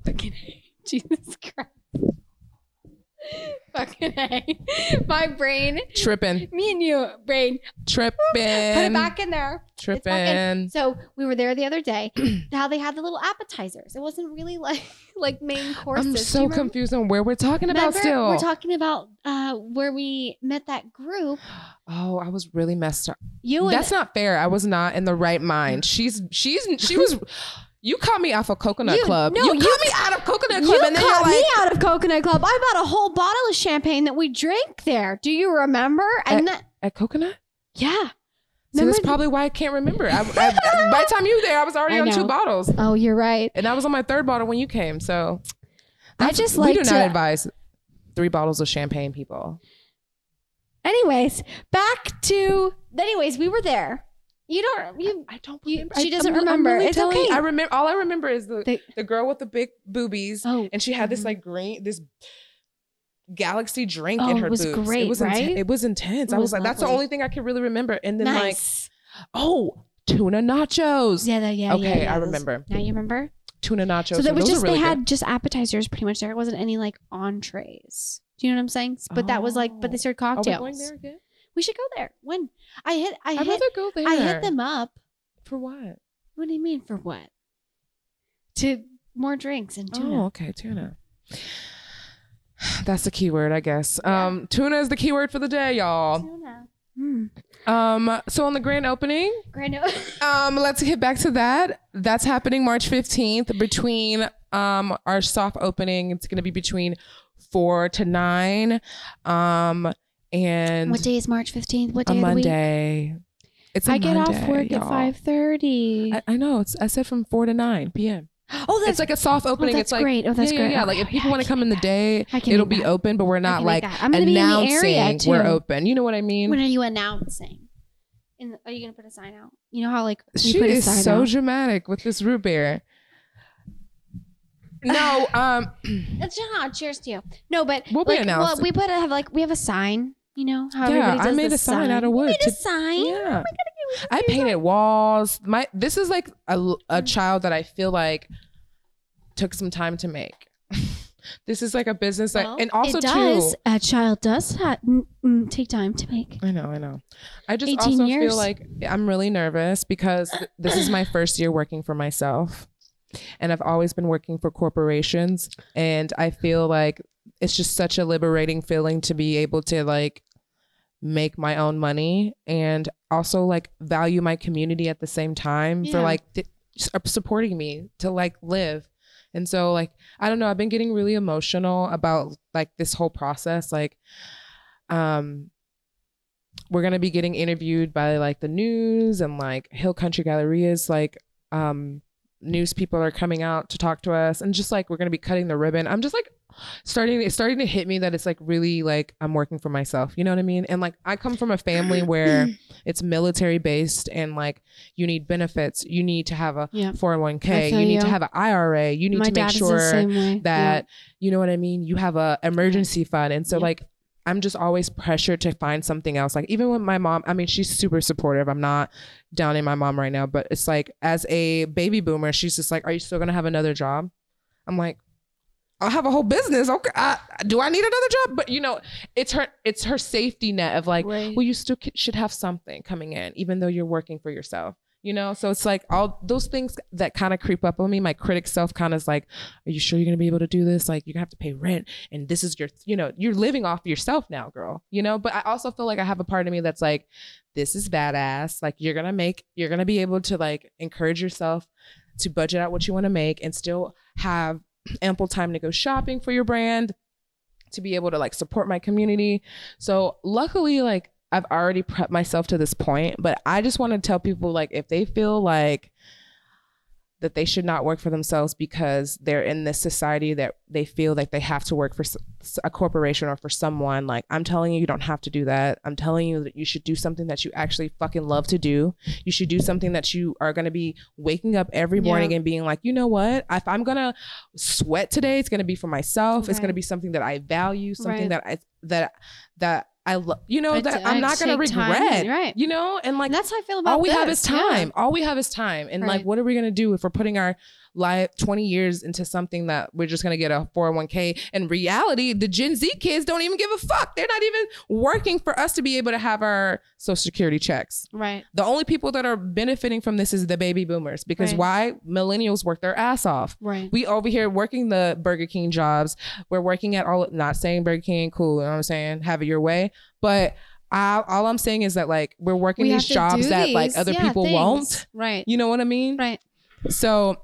[SPEAKER 1] Fucking A. Jesus Christ! Fucking A. My brain,
[SPEAKER 2] Tripping,
[SPEAKER 1] me and you, brain.
[SPEAKER 2] tripping,
[SPEAKER 1] Put
[SPEAKER 2] Um,
[SPEAKER 1] it back in there. It's back
[SPEAKER 2] tripping.
[SPEAKER 1] So we were there the other day. how they had the little appetizers. It wasn't really like like main courses.
[SPEAKER 2] I'm
[SPEAKER 1] Do you
[SPEAKER 2] so
[SPEAKER 1] remember?
[SPEAKER 2] confused on where we're talking about
[SPEAKER 1] Remember,
[SPEAKER 2] still.
[SPEAKER 1] We're talking about uh, where we met that group.
[SPEAKER 2] oh, I was really messed up.
[SPEAKER 1] You
[SPEAKER 2] That's
[SPEAKER 1] and
[SPEAKER 2] not fair. I was not in the right mind. She's she's she was. You caught me off of Coconut
[SPEAKER 1] You-
[SPEAKER 2] Club.
[SPEAKER 1] no,
[SPEAKER 2] you caught
[SPEAKER 1] you-
[SPEAKER 2] me out of Coconut
[SPEAKER 1] you
[SPEAKER 2] Club, and then you're
[SPEAKER 1] caught
[SPEAKER 2] like,
[SPEAKER 1] me out of Coconut Club. I bought a whole bottle of champagne that we drank there. Do you remember?
[SPEAKER 2] Uh,
[SPEAKER 1] And that,
[SPEAKER 2] at Coconut.
[SPEAKER 1] yeah.
[SPEAKER 2] So that's
[SPEAKER 1] Remember-
[SPEAKER 2] probably why I can't remember. I, I- by the time you were there, I was already
[SPEAKER 1] I
[SPEAKER 2] on
[SPEAKER 1] know.
[SPEAKER 2] two bottles,
[SPEAKER 1] Oh, you're right.
[SPEAKER 2] and I was on my third bottle when you came. So
[SPEAKER 1] I
[SPEAKER 2] that's-
[SPEAKER 1] just
[SPEAKER 2] we
[SPEAKER 1] like
[SPEAKER 2] do
[SPEAKER 1] to-
[SPEAKER 2] not advise three bottles of champagne, people.
[SPEAKER 1] Anyways, back to anyways, we were there. You don't you
[SPEAKER 2] I don't.
[SPEAKER 1] You-
[SPEAKER 2] Remember.
[SPEAKER 1] she
[SPEAKER 2] I-
[SPEAKER 1] doesn't
[SPEAKER 2] I'm- I'm
[SPEAKER 1] remember.
[SPEAKER 2] really
[SPEAKER 1] It's
[SPEAKER 2] telling you.
[SPEAKER 1] okay.
[SPEAKER 2] I remember. All I remember is the
[SPEAKER 1] They-
[SPEAKER 2] the girl with the big boobies,
[SPEAKER 1] Oh,
[SPEAKER 2] and she had this
[SPEAKER 1] mhm.
[SPEAKER 2] like green this galaxy drink
[SPEAKER 1] Oh,
[SPEAKER 2] in
[SPEAKER 1] it
[SPEAKER 2] her
[SPEAKER 1] was
[SPEAKER 2] boobs.
[SPEAKER 1] great,
[SPEAKER 2] it was inten-
[SPEAKER 1] right?
[SPEAKER 2] it was intense.
[SPEAKER 1] It
[SPEAKER 2] I
[SPEAKER 1] was
[SPEAKER 2] was like, that's the
[SPEAKER 1] lovely.
[SPEAKER 2] only thing I could really remember. And then
[SPEAKER 1] nice.
[SPEAKER 2] like, oh, tuna nachos.
[SPEAKER 1] yeah, that- yeah, yeah,
[SPEAKER 2] okay,
[SPEAKER 1] yeah,
[SPEAKER 2] I
[SPEAKER 1] those-
[SPEAKER 2] remember
[SPEAKER 1] Now you remember?
[SPEAKER 2] tuna nachos.
[SPEAKER 1] so there was
[SPEAKER 2] those are
[SPEAKER 1] just
[SPEAKER 2] really
[SPEAKER 1] they
[SPEAKER 2] good.
[SPEAKER 1] had just appetizers pretty much there. It wasn't any like entrees. Do you know what I'm saying? But that was like, but they
[SPEAKER 2] Oh.
[SPEAKER 1] served
[SPEAKER 2] Are
[SPEAKER 1] cocktails.
[SPEAKER 2] we going there again?
[SPEAKER 1] We should go there. When I hit, I
[SPEAKER 2] I'd
[SPEAKER 1] hit,
[SPEAKER 2] rather go there.
[SPEAKER 1] I hit them up.
[SPEAKER 2] for what?
[SPEAKER 1] What do you mean for what? To more drinks and tuna.
[SPEAKER 2] Oh, okay, tuna. That's the key word, I guess. Um, tuna is the key word for the day, y'all.
[SPEAKER 1] Tuna. Hmm.
[SPEAKER 2] Um, so on the grand opening,
[SPEAKER 1] Grand
[SPEAKER 2] um, let's get back to that. That's happening March 15th between um our soft opening. It's gonna be between four to nine. Um and
[SPEAKER 1] What day is March fifteenth? What
[SPEAKER 2] a
[SPEAKER 1] day of the week?
[SPEAKER 2] Monday. It's a
[SPEAKER 1] I get off
[SPEAKER 2] Monday,
[SPEAKER 1] work at
[SPEAKER 2] y'all.
[SPEAKER 1] five thirty.
[SPEAKER 2] I, I know. It's, I said from four to nine p.m.
[SPEAKER 1] Oh,
[SPEAKER 2] It's
[SPEAKER 1] that's
[SPEAKER 2] like a soft opening.
[SPEAKER 1] that's
[SPEAKER 2] it's like
[SPEAKER 1] great. Oh, that's
[SPEAKER 2] yeah,
[SPEAKER 1] great.
[SPEAKER 2] Yeah, yeah.
[SPEAKER 1] Okay,
[SPEAKER 2] like if
[SPEAKER 1] oh,
[SPEAKER 2] people
[SPEAKER 1] yeah, I
[SPEAKER 2] want to
[SPEAKER 1] can
[SPEAKER 2] come in the day,
[SPEAKER 1] I can
[SPEAKER 2] it'll
[SPEAKER 1] make
[SPEAKER 2] be
[SPEAKER 1] that.
[SPEAKER 2] open, but we're
[SPEAKER 1] I
[SPEAKER 2] not
[SPEAKER 1] can
[SPEAKER 2] like
[SPEAKER 1] make that. I'm gonna be in the
[SPEAKER 2] announcing
[SPEAKER 1] area too.
[SPEAKER 2] we're open. You know what I mean?
[SPEAKER 1] When are you announcing? In the, are you gonna put a sign out? You know how like we
[SPEAKER 2] she
[SPEAKER 1] put a
[SPEAKER 2] is
[SPEAKER 1] sign
[SPEAKER 2] so
[SPEAKER 1] out?
[SPEAKER 2] dramatic with this root beer. No, um,
[SPEAKER 1] That's not cheers to you. No, but
[SPEAKER 2] We'll be
[SPEAKER 1] like, well,
[SPEAKER 2] announced.
[SPEAKER 1] we put a, have like we have a sign. You know how
[SPEAKER 2] yeah,
[SPEAKER 1] everybody does
[SPEAKER 2] I made
[SPEAKER 1] the
[SPEAKER 2] a sign, out of
[SPEAKER 1] We
[SPEAKER 2] wood.
[SPEAKER 1] made a sign.
[SPEAKER 2] yeah. I painted walls. My this is like a, l- a
[SPEAKER 1] Mm.
[SPEAKER 2] child that I feel like took some time to make. this is like a business that,
[SPEAKER 1] Well,
[SPEAKER 2] and also
[SPEAKER 1] it does.
[SPEAKER 2] too.
[SPEAKER 1] A child does ha- mm, mm, take time to make.
[SPEAKER 2] I know, I know. I just
[SPEAKER 1] 18
[SPEAKER 2] also
[SPEAKER 1] years.
[SPEAKER 2] feel like I'm really nervous because th- this is my first year working for myself, and I've always been working for corporations, and I feel like it's just such a liberating feeling to be able to like make my own money and also like value my community at the same time for
[SPEAKER 1] Yeah.
[SPEAKER 2] like th- s- uh, supporting me to like live. And so like I don't know, I've been getting really emotional about like this whole process like um we're going to be getting interviewed by like the news and like Hill Country Galleria's like um news people are coming out to talk to us and just like we're going to be cutting the ribbon. I'm just like starting it's starting to hit me that it's like really like I'm working for myself. You know what I mean? And like I come from a family where it's military based and like you need benefits, you need to have a
[SPEAKER 1] Yeah.
[SPEAKER 2] 401k,
[SPEAKER 1] I
[SPEAKER 2] you
[SPEAKER 1] feel
[SPEAKER 2] need to
[SPEAKER 1] you.
[SPEAKER 2] have an IRA, you need
[SPEAKER 1] My
[SPEAKER 2] to make
[SPEAKER 1] dad is the
[SPEAKER 2] sure
[SPEAKER 1] same way.
[SPEAKER 2] that you know what I mean, you have a emergency fund. And so
[SPEAKER 1] Yep.
[SPEAKER 2] like I'm just always pressured to find something else. Like even when my mom, I mean, she's super supportive. I'm not down in my mom right now, but it's like as a baby boomer, she's just like, "Are you still gonna have another job?" I'm like, "I'll have a whole business. Okay, I, do I need another job?" But you know, it's her, it's her safety net of like,
[SPEAKER 1] Right.
[SPEAKER 2] well, you still c- should have something coming in, even though you're working for yourself. You know, so it's like all those things that kind of creep up on me. My critic self kind of is like, "Are you sure you're gonna be able to do this? Like, you're gonna have to pay rent, and this is your, you know, you're living off yourself now, girl. You know." But I also feel like I have a part of me that's like, this is badass. Like you're gonna make, you're gonna be able to like encourage yourself to budget out what you want to make and still have ample time to go shopping for your brand, to be able to like support my community. So luckily, like I've already prepped myself to this point, but I just want to tell people like if they feel like that they should not work for themselves because they're in this society that they feel like they have to work for s- s- a corporation or for someone. Like, I'm telling you, you don't have to do that. I'm telling you that you should do something that you actually fucking love to do. You should do something that you are gonna be waking up every
[SPEAKER 1] Yeah.
[SPEAKER 2] morning and being like, you know what? If I'm gonna sweat today, it's gonna be for myself. It's
[SPEAKER 1] Right.
[SPEAKER 2] gonna be something that I value,
[SPEAKER 1] Right.
[SPEAKER 2] something that I that that I love. You know
[SPEAKER 1] I
[SPEAKER 2] that
[SPEAKER 1] t-
[SPEAKER 2] I'm
[SPEAKER 1] I
[SPEAKER 2] not gonna
[SPEAKER 1] take time,
[SPEAKER 2] regret.
[SPEAKER 1] right.
[SPEAKER 2] You know, and like
[SPEAKER 1] And that's how I feel about
[SPEAKER 2] all we have
[SPEAKER 1] this,
[SPEAKER 2] is
[SPEAKER 1] yeah.
[SPEAKER 2] time. All we have is time. And like,
[SPEAKER 1] Right.
[SPEAKER 2] what are we gonna do if we're putting our life 20 years into something that we're just gonna get a 401k? In reality, the Gen Z kids don't even give a fuck. They're not even working for us to be able to have our social security checks.
[SPEAKER 1] Right.
[SPEAKER 2] The only people that are benefiting from this is the baby boomers because
[SPEAKER 1] Right.
[SPEAKER 2] why? Millennials work their ass off.
[SPEAKER 1] Right.
[SPEAKER 2] We over here working the Burger King jobs. We're working at all. Not saying Burger King, cool. You know what I'm saying? Have it your way. But I, all I'm saying is that like we're working
[SPEAKER 1] We
[SPEAKER 2] these
[SPEAKER 1] have to
[SPEAKER 2] jobs
[SPEAKER 1] do
[SPEAKER 2] that like
[SPEAKER 1] these,
[SPEAKER 2] other
[SPEAKER 1] yeah,
[SPEAKER 2] people
[SPEAKER 1] things.
[SPEAKER 2] won't.
[SPEAKER 1] Right.
[SPEAKER 2] You know what I mean?
[SPEAKER 1] Right.
[SPEAKER 2] So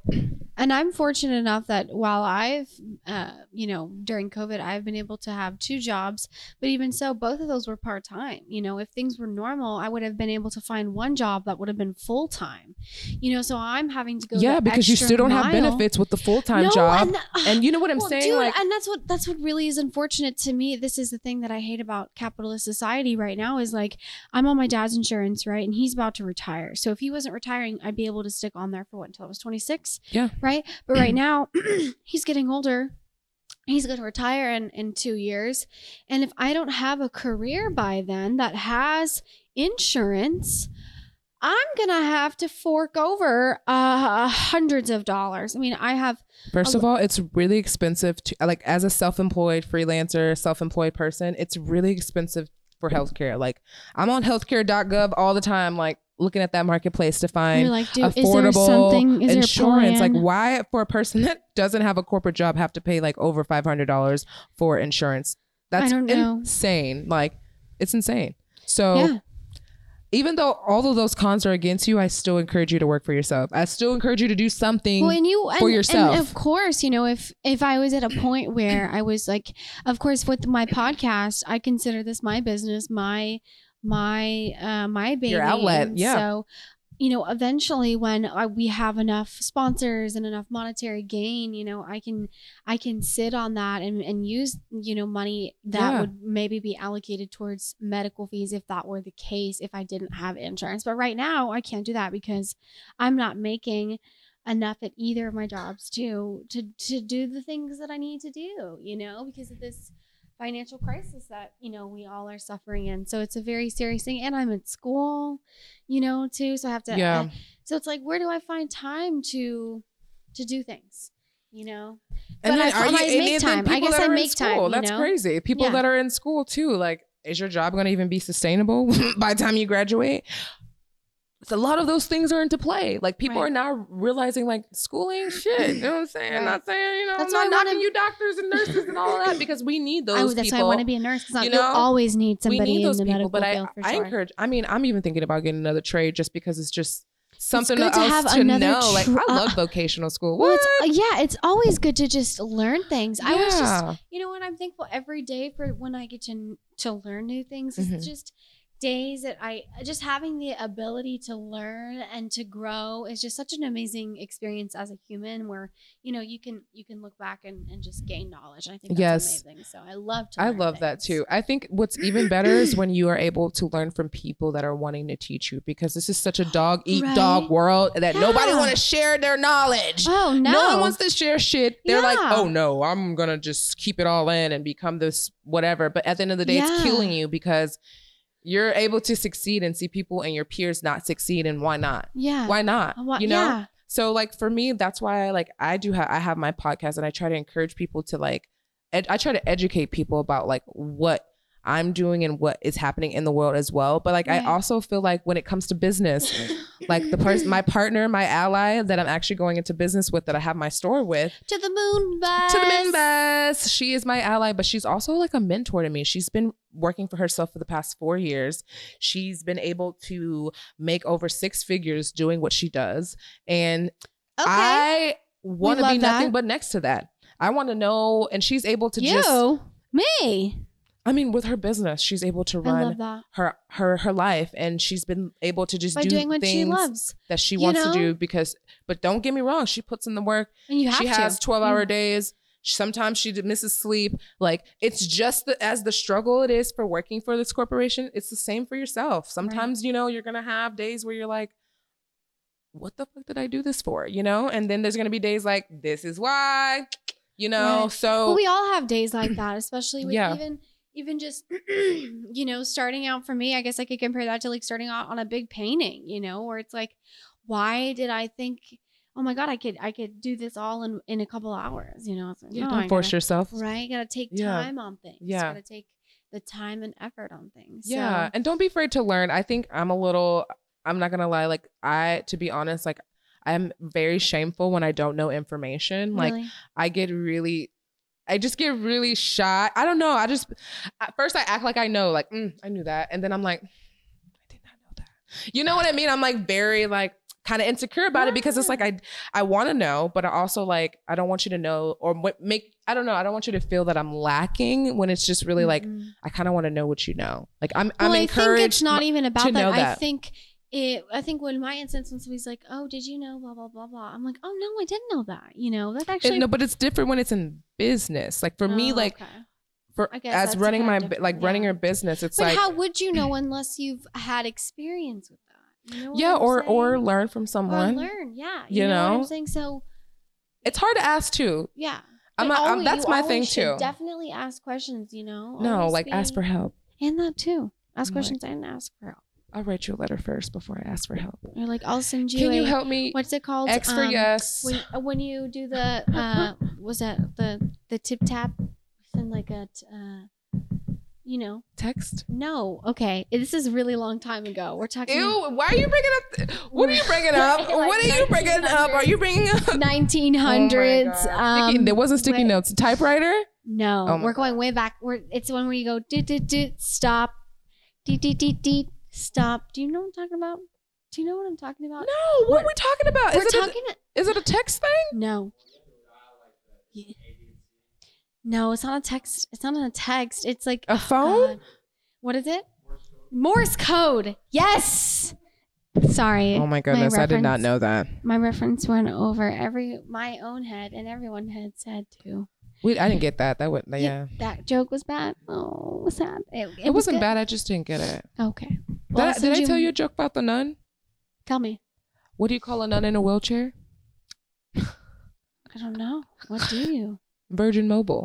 [SPEAKER 1] And I'm fortunate enough that while I've, uh, you know, during COVID, I've been able to have two jobs, but even so, both of those were part time. You know, if things were normal, I would have been able to find one job that would have been full time. You know, so I'm having to go.
[SPEAKER 2] yeah,
[SPEAKER 1] the
[SPEAKER 2] because you
[SPEAKER 1] extra
[SPEAKER 2] still don't have
[SPEAKER 1] mile.
[SPEAKER 2] benefits with the full time
[SPEAKER 1] No,
[SPEAKER 2] job.
[SPEAKER 1] And,
[SPEAKER 2] and you know what I'm
[SPEAKER 1] well,
[SPEAKER 2] saying?
[SPEAKER 1] dude,
[SPEAKER 2] like
[SPEAKER 1] and that's what that's what really is unfortunate to me. This is the thing that I hate about capitalist society right now is like I'm on my dad's insurance, right? And he's about to retire. So if he wasn't retiring, I'd be able to stick on there for what until I was 26.
[SPEAKER 2] Yeah.
[SPEAKER 1] Right. But right now, he's getting older. He's going to retire in, in two years. And if I don't have a career by then that has insurance, I'm going to have to fork over uh, hundreds of dollars. I mean, I have
[SPEAKER 2] First of all, it's really expensive to like as a self-employed freelancer, self-employed person, it's really expensive for healthcare. Like I'm on healthcare.gov all the time like looking at that marketplace to
[SPEAKER 1] You're
[SPEAKER 2] find
[SPEAKER 1] like, dude, is
[SPEAKER 2] affordable
[SPEAKER 1] there something? Is there a
[SPEAKER 2] insurance. Like
[SPEAKER 1] plan?
[SPEAKER 2] why for a person that doesn't have a corporate job have to pay like over $500 for insurance? That's
[SPEAKER 1] don't know.
[SPEAKER 2] insane. Like it's insane. So
[SPEAKER 1] yeah,
[SPEAKER 2] even though all of those cons are against you, I still encourage you to work for yourself. I still encourage you to do something.
[SPEAKER 1] well, and you and,
[SPEAKER 2] for yourself.
[SPEAKER 1] And of course, you know, if if I was at a point where I was like, of course, with my podcast, I consider this my business, my my uh, my baby,
[SPEAKER 2] outlet,
[SPEAKER 1] And
[SPEAKER 2] yeah.
[SPEAKER 1] So, you know, eventually, when I, we have enough sponsors and enough monetary gain, you know, I can I can sit on that and and use you know money that
[SPEAKER 2] Yeah.
[SPEAKER 1] would maybe be allocated towards medical fees if that were the case if I didn't have insurance. But right now, I can't do that because I'm not making enough at either of my jobs to to to do the things that I need to do, you know, because of this financial crisis that you know we all are suffering in. So it's a very serious thing, and I'm at school, you know, too. So I have to.
[SPEAKER 2] Yeah.
[SPEAKER 1] uh, so it's like, where do I find time to to do things? You know, But
[SPEAKER 2] And then
[SPEAKER 1] I-
[SPEAKER 2] are
[SPEAKER 1] and
[SPEAKER 2] you,
[SPEAKER 1] I make
[SPEAKER 2] and then
[SPEAKER 1] time. I
[SPEAKER 2] people
[SPEAKER 1] guess
[SPEAKER 2] that
[SPEAKER 1] I
[SPEAKER 2] are in
[SPEAKER 1] make time,
[SPEAKER 2] school,
[SPEAKER 1] you
[SPEAKER 2] That's
[SPEAKER 1] know?
[SPEAKER 2] crazy. People
[SPEAKER 1] Yeah.
[SPEAKER 2] that are in school too. Like, is your job going to even be sustainable by the time you graduate? So a lot of those things are into play. Like people
[SPEAKER 1] Right.
[SPEAKER 2] are now realizing like school ain't shit. You know what I'm saying?
[SPEAKER 1] Right.
[SPEAKER 2] Not saying you know
[SPEAKER 1] That's why I
[SPEAKER 2] I'm not
[SPEAKER 1] wanna-
[SPEAKER 2] knocking you doctors and nurses and all that because we need those
[SPEAKER 1] I, that's
[SPEAKER 2] people.
[SPEAKER 1] why I want to be a nurse because
[SPEAKER 2] you
[SPEAKER 1] you
[SPEAKER 2] know,
[SPEAKER 1] always need
[SPEAKER 2] we
[SPEAKER 1] somebody
[SPEAKER 2] need
[SPEAKER 1] in
[SPEAKER 2] those
[SPEAKER 1] the
[SPEAKER 2] people.
[SPEAKER 1] medical
[SPEAKER 2] But I,
[SPEAKER 1] field for
[SPEAKER 2] I
[SPEAKER 1] sure.
[SPEAKER 2] encourage. I mean, I'm even thinking about getting another trade just because it's just something
[SPEAKER 1] good
[SPEAKER 2] else
[SPEAKER 1] to have another
[SPEAKER 2] know. like
[SPEAKER 1] tr-
[SPEAKER 2] I
[SPEAKER 1] uh,
[SPEAKER 2] love vocational school.
[SPEAKER 1] Well,
[SPEAKER 2] What?
[SPEAKER 1] it's, uh, yeah, it's always good to just learn things. I was just
[SPEAKER 2] Yeah.
[SPEAKER 1] you know what i'm thankful every day for when i get to to learn new things it's
[SPEAKER 2] Mhm.
[SPEAKER 1] just days that i just having the ability to learn and to grow is just such an amazing experience as a human where you know you can you can look back and, and just gain knowledge and i think that's
[SPEAKER 2] Yes.
[SPEAKER 1] amazing so i love to
[SPEAKER 2] I
[SPEAKER 1] learn
[SPEAKER 2] love that
[SPEAKER 1] things.
[SPEAKER 2] too. I think what's even better is when you are able to learn from people that are wanting to teach you because this is such a dog eat
[SPEAKER 1] Right.
[SPEAKER 2] dog world that nobody
[SPEAKER 1] Yeah.
[SPEAKER 2] want to share their knowledge.
[SPEAKER 1] oh no,
[SPEAKER 2] one wants to share shit. They're like,
[SPEAKER 1] Yeah.
[SPEAKER 2] oh no, I'm gonna just keep it all in and become this whatever. But at the end of the day,
[SPEAKER 1] Yeah.
[SPEAKER 2] it's killing you because you're able to succeed and see people and your peers not succeed, and why not?
[SPEAKER 1] yeah
[SPEAKER 2] Why not?
[SPEAKER 1] Wha-
[SPEAKER 2] you know.
[SPEAKER 1] yeah.
[SPEAKER 2] So like for me, that's why I like I do have I have my podcast and I try to encourage people to like ed- I try to educate people about like what I'm doing and what is happening in the world as well. But like
[SPEAKER 1] Right.
[SPEAKER 2] I also feel like when it comes to business, like the person my partner, my ally that I'm actually going into business with that I have my store with,
[SPEAKER 1] to the moon bus
[SPEAKER 2] to the moon bus. She is my ally, but she's also like a mentor to me. She's been working for herself for the past four years. She's been able to make over six figures doing what she does. And
[SPEAKER 1] okay
[SPEAKER 2] I want to
[SPEAKER 1] love
[SPEAKER 2] be nothing
[SPEAKER 1] that.
[SPEAKER 2] but next to that. I want to know, and she's able to
[SPEAKER 1] you
[SPEAKER 2] just.
[SPEAKER 1] me
[SPEAKER 2] I mean, with her business, she's able to
[SPEAKER 1] i love
[SPEAKER 2] run
[SPEAKER 1] that
[SPEAKER 2] her her her life, and she's been able to just
[SPEAKER 1] by
[SPEAKER 2] do
[SPEAKER 1] doing what she
[SPEAKER 2] things
[SPEAKER 1] loves
[SPEAKER 2] that she
[SPEAKER 1] you
[SPEAKER 2] wants
[SPEAKER 1] know?
[SPEAKER 2] to do. Because, but don't get me wrong, she puts in the work.
[SPEAKER 1] and you have
[SPEAKER 2] She
[SPEAKER 1] to Mm.
[SPEAKER 2] has twelve
[SPEAKER 1] You-
[SPEAKER 2] hour days. Sometimes she misses sleep. Like it's just the, as the struggle it is for working for this corporation. It's the same for yourself. Sometimes you know you're gonna have days where you're like, "What the fuck did I do this for?" You know, and then there's gonna be days like, "This is why," you know.
[SPEAKER 1] Right.
[SPEAKER 2] So
[SPEAKER 1] But we all have days like that, especially with
[SPEAKER 2] Oh. Yeah.
[SPEAKER 1] even even just you know starting out for me. I guess I could compare that to like starting out on a big painting, you know, where it's like, why did I think? Oh my god, I could I could do this all in in a couple hours, you know? It's like,
[SPEAKER 2] you
[SPEAKER 1] no, I
[SPEAKER 2] don't force
[SPEAKER 1] gotta-
[SPEAKER 2] yourself.
[SPEAKER 1] Right, gotta take
[SPEAKER 2] Yeah.
[SPEAKER 1] time on things.
[SPEAKER 2] Yeah.
[SPEAKER 1] gotta take the time and effort on things.
[SPEAKER 2] Yeah,
[SPEAKER 1] so,
[SPEAKER 2] and don't be afraid to learn. I think I'm a little. I'm not gonna lie. Like I, to be honest, like I'm very shameful when I don't know information. Like.
[SPEAKER 1] really.
[SPEAKER 2] I get really, I just get really shy. I don't know. I just, at first I act like I know, like, mm, I knew that. And then I'm like, "Mm, I did not know that. You know what I mean? I'm like very, like, kind of insecure about it because it's like I I want to know but I also like I don't want you to know or what make I don't know I don't want you to feel that I'm lacking when it's just really like
[SPEAKER 1] Mhm.
[SPEAKER 2] I kind of want to know what you know like I'm
[SPEAKER 1] Well,
[SPEAKER 2] I'm
[SPEAKER 1] I
[SPEAKER 2] encouraged
[SPEAKER 1] think it's not even about that.
[SPEAKER 2] know
[SPEAKER 1] I
[SPEAKER 2] that.
[SPEAKER 1] think it. I think when my instance when somebody's like, "Oh, did you know?" Blah blah blah blah. I'm like, "Oh no, I didn't know that." You know, that's actually
[SPEAKER 2] and, no but it's different when it's in business like for me
[SPEAKER 1] Oh,
[SPEAKER 2] like
[SPEAKER 1] okay.
[SPEAKER 2] for
[SPEAKER 1] I guess
[SPEAKER 2] as
[SPEAKER 1] that's
[SPEAKER 2] running
[SPEAKER 1] kinda
[SPEAKER 2] my
[SPEAKER 1] different,
[SPEAKER 2] like running
[SPEAKER 1] yeah.
[SPEAKER 2] your business it's
[SPEAKER 1] But
[SPEAKER 2] like
[SPEAKER 1] how would you know unless you've had experience with that? You know what
[SPEAKER 2] yeah
[SPEAKER 1] I'm
[SPEAKER 2] or or
[SPEAKER 1] saying?
[SPEAKER 2] learn from someone
[SPEAKER 1] Or learn, yeah. You,
[SPEAKER 2] you
[SPEAKER 1] know, what I'm
[SPEAKER 2] know?
[SPEAKER 1] saying. So
[SPEAKER 2] it's hard to ask too
[SPEAKER 1] yeah,
[SPEAKER 2] i'm,
[SPEAKER 1] But
[SPEAKER 2] not- I'm
[SPEAKER 1] always-
[SPEAKER 2] that's
[SPEAKER 1] you
[SPEAKER 2] my
[SPEAKER 1] always
[SPEAKER 2] thing
[SPEAKER 1] should
[SPEAKER 2] too
[SPEAKER 1] Definitely ask questions. You know,
[SPEAKER 2] no
[SPEAKER 1] Always
[SPEAKER 2] like ask
[SPEAKER 1] be-
[SPEAKER 2] for help
[SPEAKER 1] and that too. Ask
[SPEAKER 2] I'm like-
[SPEAKER 1] questions and ask for help.
[SPEAKER 2] i'll write you a letter first before i ask for help
[SPEAKER 1] Or like, I'll send you.
[SPEAKER 2] can
[SPEAKER 1] a,
[SPEAKER 2] you help me
[SPEAKER 1] What's it called?
[SPEAKER 2] x for
[SPEAKER 1] Um,
[SPEAKER 2] yes
[SPEAKER 1] when, uh, when you do the uh was that the the tip tap and like a t- uh you know
[SPEAKER 2] text
[SPEAKER 1] no okay this is really long time ago we're talking
[SPEAKER 2] Ew, why are you bringing up? What are you bringing up?
[SPEAKER 1] Like
[SPEAKER 2] what are you bringing up? Are you bringing up?
[SPEAKER 1] 1900s
[SPEAKER 2] Oh my God. Sticky-
[SPEAKER 1] um
[SPEAKER 2] there wasn't sticky
[SPEAKER 1] wait.
[SPEAKER 2] notes. Typewriter?
[SPEAKER 1] no
[SPEAKER 2] Oh my
[SPEAKER 1] we're going way back we're it's one where you go do do do stop do do do do stop do you know what i'm talking about do you know what i'm talking about
[SPEAKER 2] No. What
[SPEAKER 1] We're-
[SPEAKER 2] are we talking about?
[SPEAKER 1] we're
[SPEAKER 2] Is it,
[SPEAKER 1] talking
[SPEAKER 2] a, is it a text thing?
[SPEAKER 1] No. Yeah. No, it's not a text. It's not a text. It's like
[SPEAKER 2] A phone?
[SPEAKER 1] uh, what is it? Morse code. Yes. Sorry.
[SPEAKER 2] oh my goodness! I did not
[SPEAKER 1] reference-
[SPEAKER 2] know that.
[SPEAKER 1] My reference went over every my own head and everyone had said too.
[SPEAKER 2] We I didn't get that. That would yeah.
[SPEAKER 1] That joke was bad. Oh, sad. It, it
[SPEAKER 2] It,
[SPEAKER 1] was
[SPEAKER 2] wasn't
[SPEAKER 1] good.
[SPEAKER 2] bad. I just didn't get it.
[SPEAKER 1] Okay.
[SPEAKER 2] Did
[SPEAKER 1] Well,
[SPEAKER 2] I-
[SPEAKER 1] I'll
[SPEAKER 2] did
[SPEAKER 1] send
[SPEAKER 2] I tell you a joke about the nun?
[SPEAKER 1] Tell me.
[SPEAKER 2] What do you call a nun in a wheelchair?
[SPEAKER 1] I don't know. What do you? Oh
[SPEAKER 2] Virgin Mobile.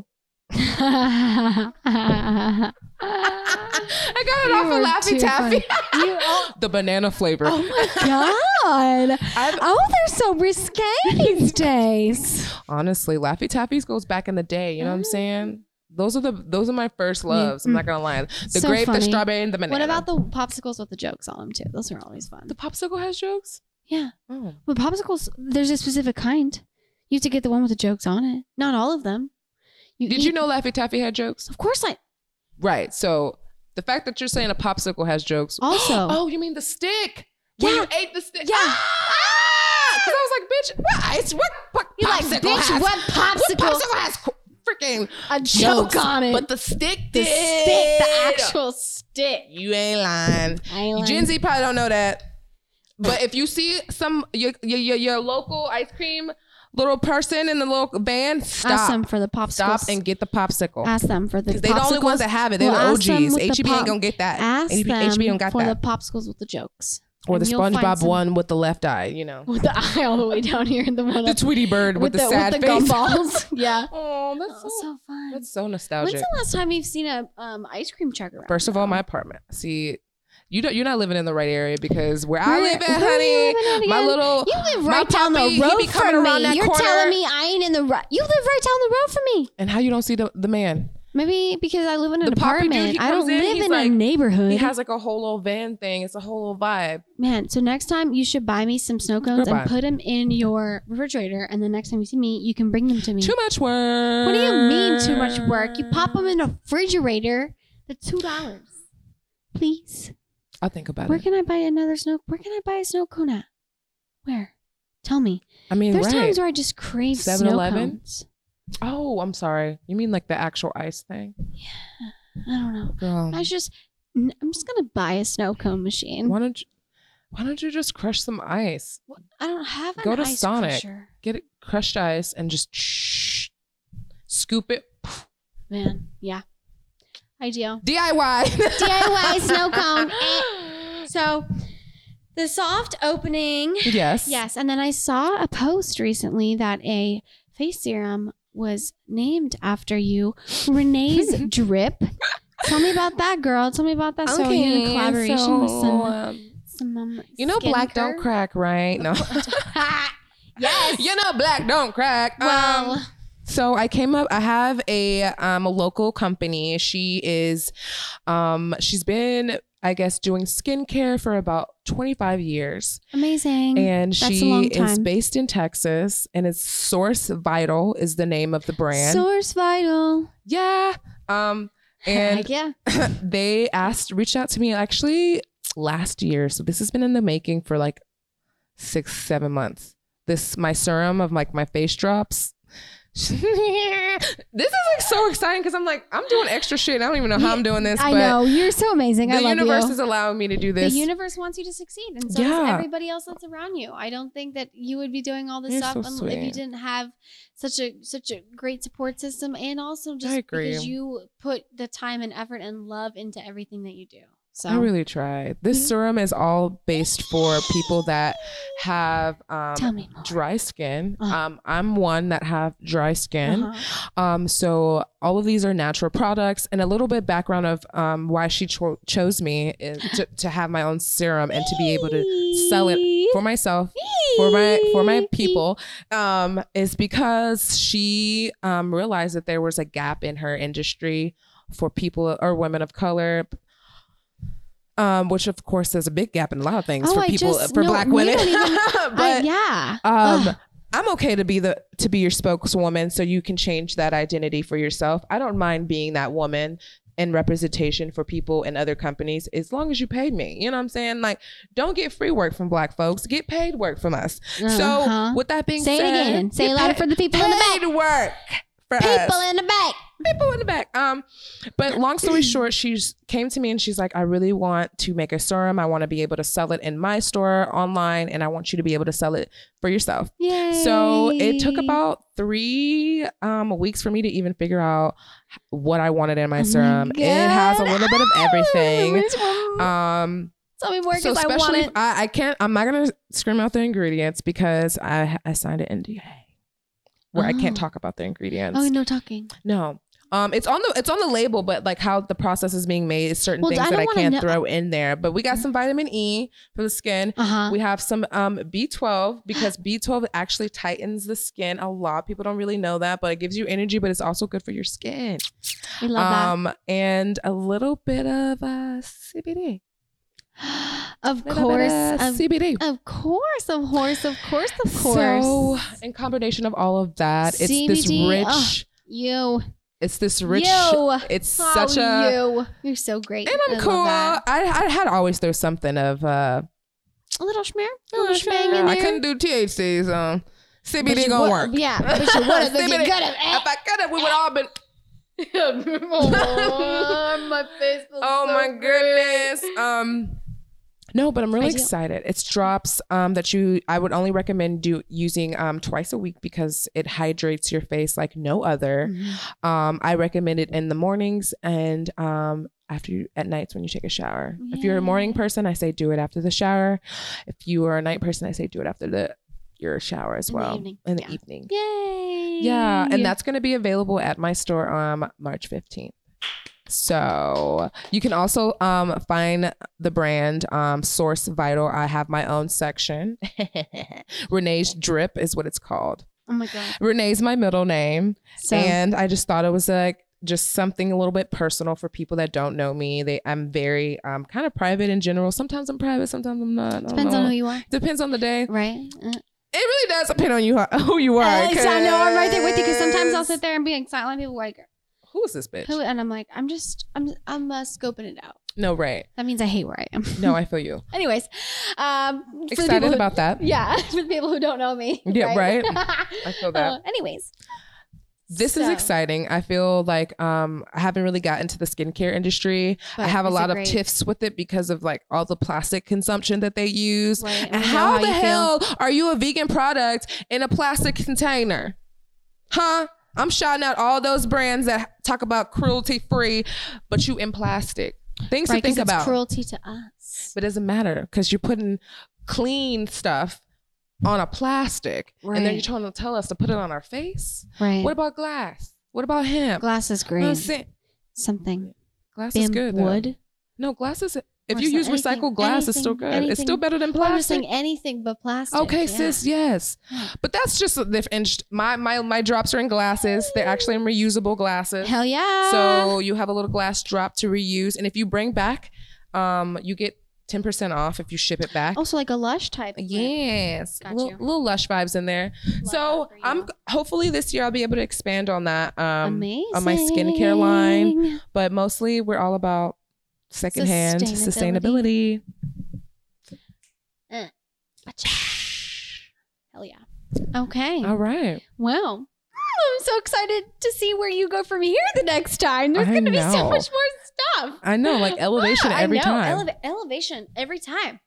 [SPEAKER 2] I got it
[SPEAKER 1] You
[SPEAKER 2] off
[SPEAKER 1] are
[SPEAKER 2] of Laffy
[SPEAKER 1] too
[SPEAKER 2] Taffy.
[SPEAKER 1] You- oh,
[SPEAKER 2] the banana flavor.
[SPEAKER 1] oh my god!
[SPEAKER 2] I've-
[SPEAKER 1] Oh, they're so risque these days.
[SPEAKER 2] honestly, Laffy Taffy's goes back in the day. You know what I'm
[SPEAKER 1] Mm.
[SPEAKER 2] saying? Those are the those are my first loves. I'm not gonna lie. The
[SPEAKER 1] So
[SPEAKER 2] grape,
[SPEAKER 1] funny.
[SPEAKER 2] the strawberry, and the banana.
[SPEAKER 1] What about the popsicles with the jokes on them too? Those are always fun.
[SPEAKER 2] the popsicle has jokes?
[SPEAKER 1] Yeah,
[SPEAKER 2] Oh,
[SPEAKER 1] but popsicles, there's a specific kind. You have to get the one with the jokes on it. Not all of them.
[SPEAKER 2] did you
[SPEAKER 1] eat-
[SPEAKER 2] know Laffy Taffy had jokes?
[SPEAKER 1] Of course, I
[SPEAKER 2] Right. So the fact that you're saying a popsicle has jokes.
[SPEAKER 1] Also-
[SPEAKER 2] oh, you mean the stick? When
[SPEAKER 1] Yeah.
[SPEAKER 2] you ate the stick.
[SPEAKER 1] Yeah.
[SPEAKER 2] Ah! 'Cause I was like, bitch, what? It's what? po-
[SPEAKER 1] You're like,
[SPEAKER 2] popsicle
[SPEAKER 1] bitch,
[SPEAKER 2] has-
[SPEAKER 1] what popsicle-
[SPEAKER 2] What popsicle has qu- freaking
[SPEAKER 1] a joke
[SPEAKER 2] jokes,
[SPEAKER 1] on it.
[SPEAKER 2] But the stick
[SPEAKER 1] the
[SPEAKER 2] did.
[SPEAKER 1] stick, the actual stick.
[SPEAKER 2] You ain't lying.
[SPEAKER 1] Island.
[SPEAKER 2] Gen Z probably don't know that. But if you see some your your, your, your local ice cream little person in the local band, stop,
[SPEAKER 1] Ask them for the popsicles.
[SPEAKER 2] stop, and get the popsicle.
[SPEAKER 1] ask them for the.
[SPEAKER 2] Because they the only ones
[SPEAKER 1] popsicles.
[SPEAKER 2] that have it. They're
[SPEAKER 1] Well, ask
[SPEAKER 2] the
[SPEAKER 1] them
[SPEAKER 2] OGs.
[SPEAKER 1] with the
[SPEAKER 2] HEB
[SPEAKER 1] pop-
[SPEAKER 2] E ain't gonna get that. E
[SPEAKER 1] Ask
[SPEAKER 2] HEB,
[SPEAKER 1] them
[SPEAKER 2] HEB don't got
[SPEAKER 1] for
[SPEAKER 2] that.
[SPEAKER 1] the popsicles with the jokes.
[SPEAKER 2] or the
[SPEAKER 1] and you'll find
[SPEAKER 2] SpongeBob
[SPEAKER 1] some-
[SPEAKER 2] one with the left eye. You know,
[SPEAKER 1] With the eye all the way down here and the one
[SPEAKER 2] the
[SPEAKER 1] up
[SPEAKER 2] Tweety Bird with, the, sad
[SPEAKER 1] with the
[SPEAKER 2] face.
[SPEAKER 1] gumballs. yeah.
[SPEAKER 2] Oh, that's
[SPEAKER 1] Oh,
[SPEAKER 2] so
[SPEAKER 1] so fun.
[SPEAKER 2] that's so
[SPEAKER 1] When's
[SPEAKER 2] nostalgic.
[SPEAKER 1] the last time you've seen a um, ice cream truck around?
[SPEAKER 2] First of all,
[SPEAKER 1] though?
[SPEAKER 2] my apartment. See, you don't. You're not living in the right area because where I
[SPEAKER 1] Where-
[SPEAKER 2] live at,
[SPEAKER 1] where are you
[SPEAKER 2] honey,
[SPEAKER 1] living at
[SPEAKER 2] my
[SPEAKER 1] again?
[SPEAKER 2] little
[SPEAKER 1] You live
[SPEAKER 2] my
[SPEAKER 1] right down
[SPEAKER 2] puppy,
[SPEAKER 1] the
[SPEAKER 2] he be
[SPEAKER 1] road
[SPEAKER 2] coming
[SPEAKER 1] from
[SPEAKER 2] around
[SPEAKER 1] me.
[SPEAKER 2] that
[SPEAKER 1] You're
[SPEAKER 2] corner.
[SPEAKER 1] telling me I ain't in the right. You live right down the road from me.
[SPEAKER 2] And how you don't see the, the man?
[SPEAKER 1] Maybe because I live in an
[SPEAKER 2] The poppy dude,
[SPEAKER 1] apartment.
[SPEAKER 2] he
[SPEAKER 1] I don't
[SPEAKER 2] comes in,
[SPEAKER 1] live
[SPEAKER 2] he's
[SPEAKER 1] in
[SPEAKER 2] like-
[SPEAKER 1] a neighborhood.
[SPEAKER 2] He has like a whole old van thing. It's a whole old vibe.
[SPEAKER 1] Man, so next time you should buy me some snow cones
[SPEAKER 2] Goodbye.
[SPEAKER 1] and put them in your refrigerator. And the next time you see me, you can bring them to me.
[SPEAKER 2] Too much work.
[SPEAKER 1] What do you mean too much work? You pop them in a refrigerator. That's two dollars. Please.
[SPEAKER 2] I'll think about
[SPEAKER 1] Where
[SPEAKER 2] it.
[SPEAKER 1] can I buy another snow? Where can I buy a snow cone at? Where? Tell me.
[SPEAKER 2] I mean,
[SPEAKER 1] There's
[SPEAKER 2] right.
[SPEAKER 1] times where I just crave snow
[SPEAKER 2] 7-Eleven?
[SPEAKER 1] cones.
[SPEAKER 2] oh, I'm sorry. You mean like the actual ice thing?
[SPEAKER 1] I don't know.
[SPEAKER 2] Girl,
[SPEAKER 1] I just, n- I'm just gonna buy a snow cone machine.
[SPEAKER 2] why don't you, why don't you just crush some ice?
[SPEAKER 1] I don't have an
[SPEAKER 2] Go to
[SPEAKER 1] ice
[SPEAKER 2] Sonic.
[SPEAKER 1] crusher.
[SPEAKER 2] Get it crushed ice and just shh, scoop it.
[SPEAKER 1] Man, yeah. Ideal.
[SPEAKER 2] DIY.
[SPEAKER 1] DIY snow cone. Eh. So, the soft opening.
[SPEAKER 2] Yes.
[SPEAKER 1] Yes, and then I saw a post recently that a face serum was named after you, Renee's Drip. Tell me about that, girl. Tell me about that. So you in
[SPEAKER 2] Okay,
[SPEAKER 1] collaboration with
[SPEAKER 2] so,
[SPEAKER 1] some,
[SPEAKER 2] um,
[SPEAKER 1] some um,
[SPEAKER 2] you know, black don't
[SPEAKER 1] skincare?
[SPEAKER 2] crack, right? No.
[SPEAKER 1] yes.
[SPEAKER 2] you know, black don't crack. Um,
[SPEAKER 1] Well,
[SPEAKER 2] So I came up. I have a um a local company. She is, um, she's been I guess doing skincare for about 25 years,
[SPEAKER 1] amazing.
[SPEAKER 2] and
[SPEAKER 1] Mm, That's a
[SPEAKER 2] she
[SPEAKER 1] long
[SPEAKER 2] is
[SPEAKER 1] time.
[SPEAKER 2] based in Texas, and it's Source Vital is the name of the brand.
[SPEAKER 1] Source Vital.
[SPEAKER 2] yeah. Um,
[SPEAKER 1] Heck
[SPEAKER 2] and
[SPEAKER 1] yeah.
[SPEAKER 2] they asked, reached out to me actually last year. So this has been in the making for like six, seven months. This my serum of like my face drops. this is like so exciting because I'm like I'm doing extra shit. I don't even know how I'm doing this,
[SPEAKER 1] I
[SPEAKER 2] but
[SPEAKER 1] know you're so amazing. I
[SPEAKER 2] the
[SPEAKER 1] love
[SPEAKER 2] universe
[SPEAKER 1] you.
[SPEAKER 2] is allowing me to do this.
[SPEAKER 1] The universe wants you to succeed, and so does
[SPEAKER 2] Yeah.
[SPEAKER 1] everybody else that's around you. I don't think that you would be doing all this
[SPEAKER 2] You're
[SPEAKER 1] stuff
[SPEAKER 2] so
[SPEAKER 1] un- if you
[SPEAKER 2] sweet.
[SPEAKER 1] didn't have such a such a great support system, and also just
[SPEAKER 2] agree.
[SPEAKER 1] because you put the time and effort and love into everything that you do. So
[SPEAKER 2] I really tried.
[SPEAKER 1] Mhm.
[SPEAKER 2] This serum is all based for people that have
[SPEAKER 1] tell
[SPEAKER 2] um,
[SPEAKER 1] me more.
[SPEAKER 2] dry skin.
[SPEAKER 1] Uh-huh.
[SPEAKER 2] Um, I'm one that have dry skin.
[SPEAKER 1] Uh-huh.
[SPEAKER 2] Um, so all of these are natural products, and a little bit background of um, why she cho- chose me is to, to have my own serum and to be able to sell it for myself for my for my people um, is because she um, realized that there was a gap in her industry for people or women of color. Um, which of course there's a big gap in a lot of things
[SPEAKER 1] Oh,
[SPEAKER 2] for
[SPEAKER 1] I
[SPEAKER 2] people
[SPEAKER 1] just-
[SPEAKER 2] for
[SPEAKER 1] no,
[SPEAKER 2] black
[SPEAKER 1] we
[SPEAKER 2] women.
[SPEAKER 1] don't even- I,
[SPEAKER 2] But-
[SPEAKER 1] yeah.
[SPEAKER 2] um,
[SPEAKER 1] Ugh.
[SPEAKER 2] I'm okay to be the to be your spokeswoman, so you can change that identity for yourself. I don't mind being that woman in representation for people in other companies as long as you pay me. You know what I'm saying? Like, don't get free work from Black folks. Get paid work from us.
[SPEAKER 1] Uh-huh.
[SPEAKER 2] So, with that being
[SPEAKER 1] say it
[SPEAKER 2] said,
[SPEAKER 1] again. Say
[SPEAKER 2] get
[SPEAKER 1] it louder
[SPEAKER 2] paid-
[SPEAKER 1] for the people in the back.
[SPEAKER 2] Paid work for us
[SPEAKER 1] People in the back.
[SPEAKER 2] people in the back. Um, but long story short, she s- came to me and she's like, I really want to make a serum. I want to be able to sell it in my store online, and I want you to be able to sell it for yourself.
[SPEAKER 1] Yay.
[SPEAKER 2] So it took about three um, weeks for me to even figure out h- what I wanted in my
[SPEAKER 1] Oh my
[SPEAKER 2] serum. it has a
[SPEAKER 1] God.
[SPEAKER 2] little bit of
[SPEAKER 1] Ah,
[SPEAKER 2] everything.
[SPEAKER 1] everything.
[SPEAKER 2] Um,
[SPEAKER 1] Tell me more
[SPEAKER 2] so
[SPEAKER 1] because I want
[SPEAKER 2] especially
[SPEAKER 1] it.
[SPEAKER 2] if I, I can't. I'm not gonna scream out the ingredients because I I signed an NDA. where I can't
[SPEAKER 1] Oh.
[SPEAKER 2] talk about the ingredients.
[SPEAKER 1] Oh, no talking.
[SPEAKER 2] No. Um, it's on the it's on the label, but like how the process is being made is certain
[SPEAKER 1] Well,
[SPEAKER 2] things
[SPEAKER 1] I
[SPEAKER 2] that
[SPEAKER 1] don't
[SPEAKER 2] I
[SPEAKER 1] wanna
[SPEAKER 2] can't
[SPEAKER 1] know-
[SPEAKER 2] throw in there. But we got some vitamin E for the skin.
[SPEAKER 1] Uh huh.
[SPEAKER 2] We have some um, B12 because B12 actually tightens the skin a lot. People don't really know that, but it gives you energy, but it's also good for your skin.
[SPEAKER 1] We love
[SPEAKER 2] um, and a little bit of uh, CBD.
[SPEAKER 1] that. Of
[SPEAKER 2] Little bit
[SPEAKER 1] course.
[SPEAKER 2] of
[SPEAKER 1] Of,
[SPEAKER 2] CBD.
[SPEAKER 1] of course. Of course. Of course. Of course.
[SPEAKER 2] So, in combination of all of that, it's this
[SPEAKER 1] CBD,
[SPEAKER 2] rich.
[SPEAKER 1] ugh. you.
[SPEAKER 2] It's this rich.
[SPEAKER 1] You.
[SPEAKER 2] It's
[SPEAKER 1] Oh,
[SPEAKER 2] such a.
[SPEAKER 1] you. You're so great.
[SPEAKER 2] And I'm
[SPEAKER 1] I love
[SPEAKER 2] cool. I,
[SPEAKER 1] that.
[SPEAKER 2] I had always throw something of uh
[SPEAKER 1] A little schmear. A little schmang in there.
[SPEAKER 2] I couldn't do THCs. Um,
[SPEAKER 1] But
[SPEAKER 2] CBD
[SPEAKER 1] you
[SPEAKER 2] gonna
[SPEAKER 1] would-
[SPEAKER 2] work.
[SPEAKER 1] Yeah, but you would have. But you
[SPEAKER 2] CBD.
[SPEAKER 1] could have.
[SPEAKER 2] If I could have, we would all been.
[SPEAKER 1] oh, my face feels
[SPEAKER 2] Oh
[SPEAKER 1] so
[SPEAKER 2] my goodness. Um, no, but I'm really
[SPEAKER 1] I do-
[SPEAKER 2] excited. It's drops um that you I would only recommend do using um twice a week because it hydrates your face like no other.
[SPEAKER 1] Mhm.
[SPEAKER 2] Um, I recommend it in the mornings and um after you at nights when you take a shower. If you're a morning
[SPEAKER 1] Yeah.
[SPEAKER 2] person, I say do it after the shower. If you are a night person, I say do it after the your shower as
[SPEAKER 1] In the
[SPEAKER 2] well
[SPEAKER 1] evening.
[SPEAKER 2] in the
[SPEAKER 1] Yeah.
[SPEAKER 2] evening.
[SPEAKER 1] Yay.
[SPEAKER 2] Yeah, and that's going to be available at my store on March 15th. So you can also um, find the brand um, Source Vital. I have my own section. Renee's Drip is what it's called.
[SPEAKER 1] Oh my god.
[SPEAKER 2] Renee's my middle name,
[SPEAKER 1] So
[SPEAKER 2] and I just thought it was like just something a little bit personal for people that don't know me. They I'm very um, kind of private in general. Sometimes I'm private, sometimes I'm not. I don't
[SPEAKER 1] depends on
[SPEAKER 2] know.
[SPEAKER 1] who you are,
[SPEAKER 2] Depends on the day. It
[SPEAKER 1] right? Uh,
[SPEAKER 2] really does depend on you who you are.
[SPEAKER 1] uh, so I know I'm right there with you because sometimes I'll
[SPEAKER 2] 'cause-
[SPEAKER 1] sit there and be like silent. People like
[SPEAKER 2] Who is this bitch?
[SPEAKER 1] who, and I'm like I'm just I'm I'm uh, scoping it out.
[SPEAKER 2] No, right.
[SPEAKER 1] That means I hate where I am.
[SPEAKER 2] No, I feel you.
[SPEAKER 1] Anyways, um, for the people
[SPEAKER 2] Excited
[SPEAKER 1] who-
[SPEAKER 2] about that.
[SPEAKER 1] yeah for the people who don't know me.
[SPEAKER 2] Yeah, I feel that.
[SPEAKER 1] Uh, anyways,
[SPEAKER 2] This is
[SPEAKER 1] so,
[SPEAKER 2] exciting. I feel like um I haven't really gotten to the skincare industry.
[SPEAKER 1] but
[SPEAKER 2] I have a
[SPEAKER 1] is it
[SPEAKER 2] lot of
[SPEAKER 1] great?
[SPEAKER 2] tiffs with it because of like all the plastic consumption that they use.
[SPEAKER 1] Right, I
[SPEAKER 2] And
[SPEAKER 1] wanna know
[SPEAKER 2] how,
[SPEAKER 1] how
[SPEAKER 2] the
[SPEAKER 1] you feel.
[SPEAKER 2] hell are you a vegan product in a plastic container? Huh? I'm shouting out all those brands that talk about cruelty free, but you in plastic. Things
[SPEAKER 1] Right,
[SPEAKER 2] to
[SPEAKER 1] 'cause
[SPEAKER 2] think
[SPEAKER 1] it's
[SPEAKER 2] about.
[SPEAKER 1] cruelty to us.
[SPEAKER 2] but it doesn't matter because you're putting clean stuff on a plastic and then
[SPEAKER 1] Right.
[SPEAKER 2] you're trying to tell us to put it on our face
[SPEAKER 1] Right.
[SPEAKER 2] what about glass what about him
[SPEAKER 1] Glass is
[SPEAKER 2] You know what
[SPEAKER 1] green.
[SPEAKER 2] I'm saying?
[SPEAKER 1] Something.
[SPEAKER 2] glass is
[SPEAKER 1] Bam,
[SPEAKER 2] good though.
[SPEAKER 1] wood.
[SPEAKER 2] no glass is if
[SPEAKER 1] Or
[SPEAKER 2] you
[SPEAKER 1] so-
[SPEAKER 2] use
[SPEAKER 1] anything-
[SPEAKER 2] recycled glass it's still
[SPEAKER 1] anything-
[SPEAKER 2] good it's still
[SPEAKER 1] anything-
[SPEAKER 2] better than
[SPEAKER 1] Well, I'm just
[SPEAKER 2] plastic
[SPEAKER 1] saying anything but plastic.
[SPEAKER 2] okay
[SPEAKER 1] yeah.
[SPEAKER 2] sis yes
[SPEAKER 1] Yeah.
[SPEAKER 2] but that's just the inch my my my drops are in glasses they're actually in reusable glasses
[SPEAKER 1] Hell yeah.
[SPEAKER 2] so you have a little glass drop to reuse and if you bring back um you get 10% off if you ship it back
[SPEAKER 1] also like a lush type. plant.
[SPEAKER 2] Yes,
[SPEAKER 1] Oh, Got
[SPEAKER 2] little,
[SPEAKER 1] you.
[SPEAKER 2] little lush vibes in there.
[SPEAKER 1] Love
[SPEAKER 2] so
[SPEAKER 1] that for
[SPEAKER 2] I'm
[SPEAKER 1] you.
[SPEAKER 2] hopefully this year I'll be able to expand on that. Um,
[SPEAKER 1] amazing
[SPEAKER 2] on my skincare line. but mostly we're all about secondhand
[SPEAKER 1] Sustainability.
[SPEAKER 2] sustainability.
[SPEAKER 1] Acha. Uh, Hell yeah. Okay.
[SPEAKER 2] All right,
[SPEAKER 1] Wow. I'm so excited to see where you go from here the next time. There's
[SPEAKER 2] I
[SPEAKER 1] going to be so
[SPEAKER 2] know.
[SPEAKER 1] much more stuff.
[SPEAKER 2] I know like elevation
[SPEAKER 1] Wow, Ah, I
[SPEAKER 2] every
[SPEAKER 1] know.
[SPEAKER 2] time.
[SPEAKER 1] Eleva- elevation every time.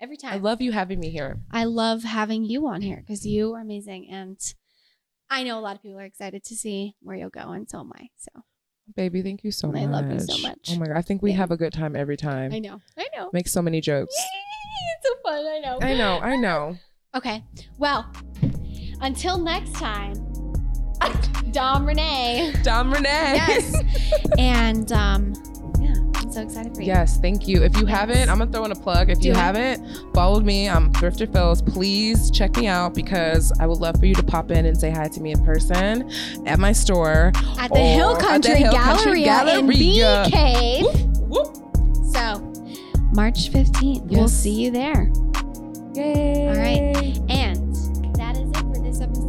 [SPEAKER 1] Every time.
[SPEAKER 2] I love you having me here.
[SPEAKER 1] I love having you on here because you are amazing. And I know a lot of people are excited to see where you'll go, and so am I. So
[SPEAKER 2] Baby, thank you so much.
[SPEAKER 1] I love you so much.
[SPEAKER 2] Oh my god, I think we
[SPEAKER 1] Yeah.
[SPEAKER 2] have a good time every time.
[SPEAKER 1] I know. I know.
[SPEAKER 2] Make so many jokes.
[SPEAKER 1] it's so fun. I know.
[SPEAKER 2] I know, I know.
[SPEAKER 1] Okay. Well, until next time, Dom Renee.
[SPEAKER 2] Dom Renee.
[SPEAKER 1] Yes. and um, yeah, I'm so excited for you.
[SPEAKER 2] Yes, thank you. If you
[SPEAKER 1] Yes.
[SPEAKER 2] haven't, I'm gonna throw in a plug. If you
[SPEAKER 1] Do it.
[SPEAKER 2] haven't followed me, I'm Thrifter Phils. Please check me out because I would love for you to pop in and say hi to me in person at my store.
[SPEAKER 1] At the Hill
[SPEAKER 2] Or at the
[SPEAKER 1] Country
[SPEAKER 2] Hill Country
[SPEAKER 1] Galleria, in
[SPEAKER 2] Galleria.
[SPEAKER 1] BK.
[SPEAKER 2] Whoop.
[SPEAKER 1] So, March 15th, we'll
[SPEAKER 2] Yes.
[SPEAKER 1] see you there.
[SPEAKER 2] Yay!
[SPEAKER 1] right. And that is it for this episode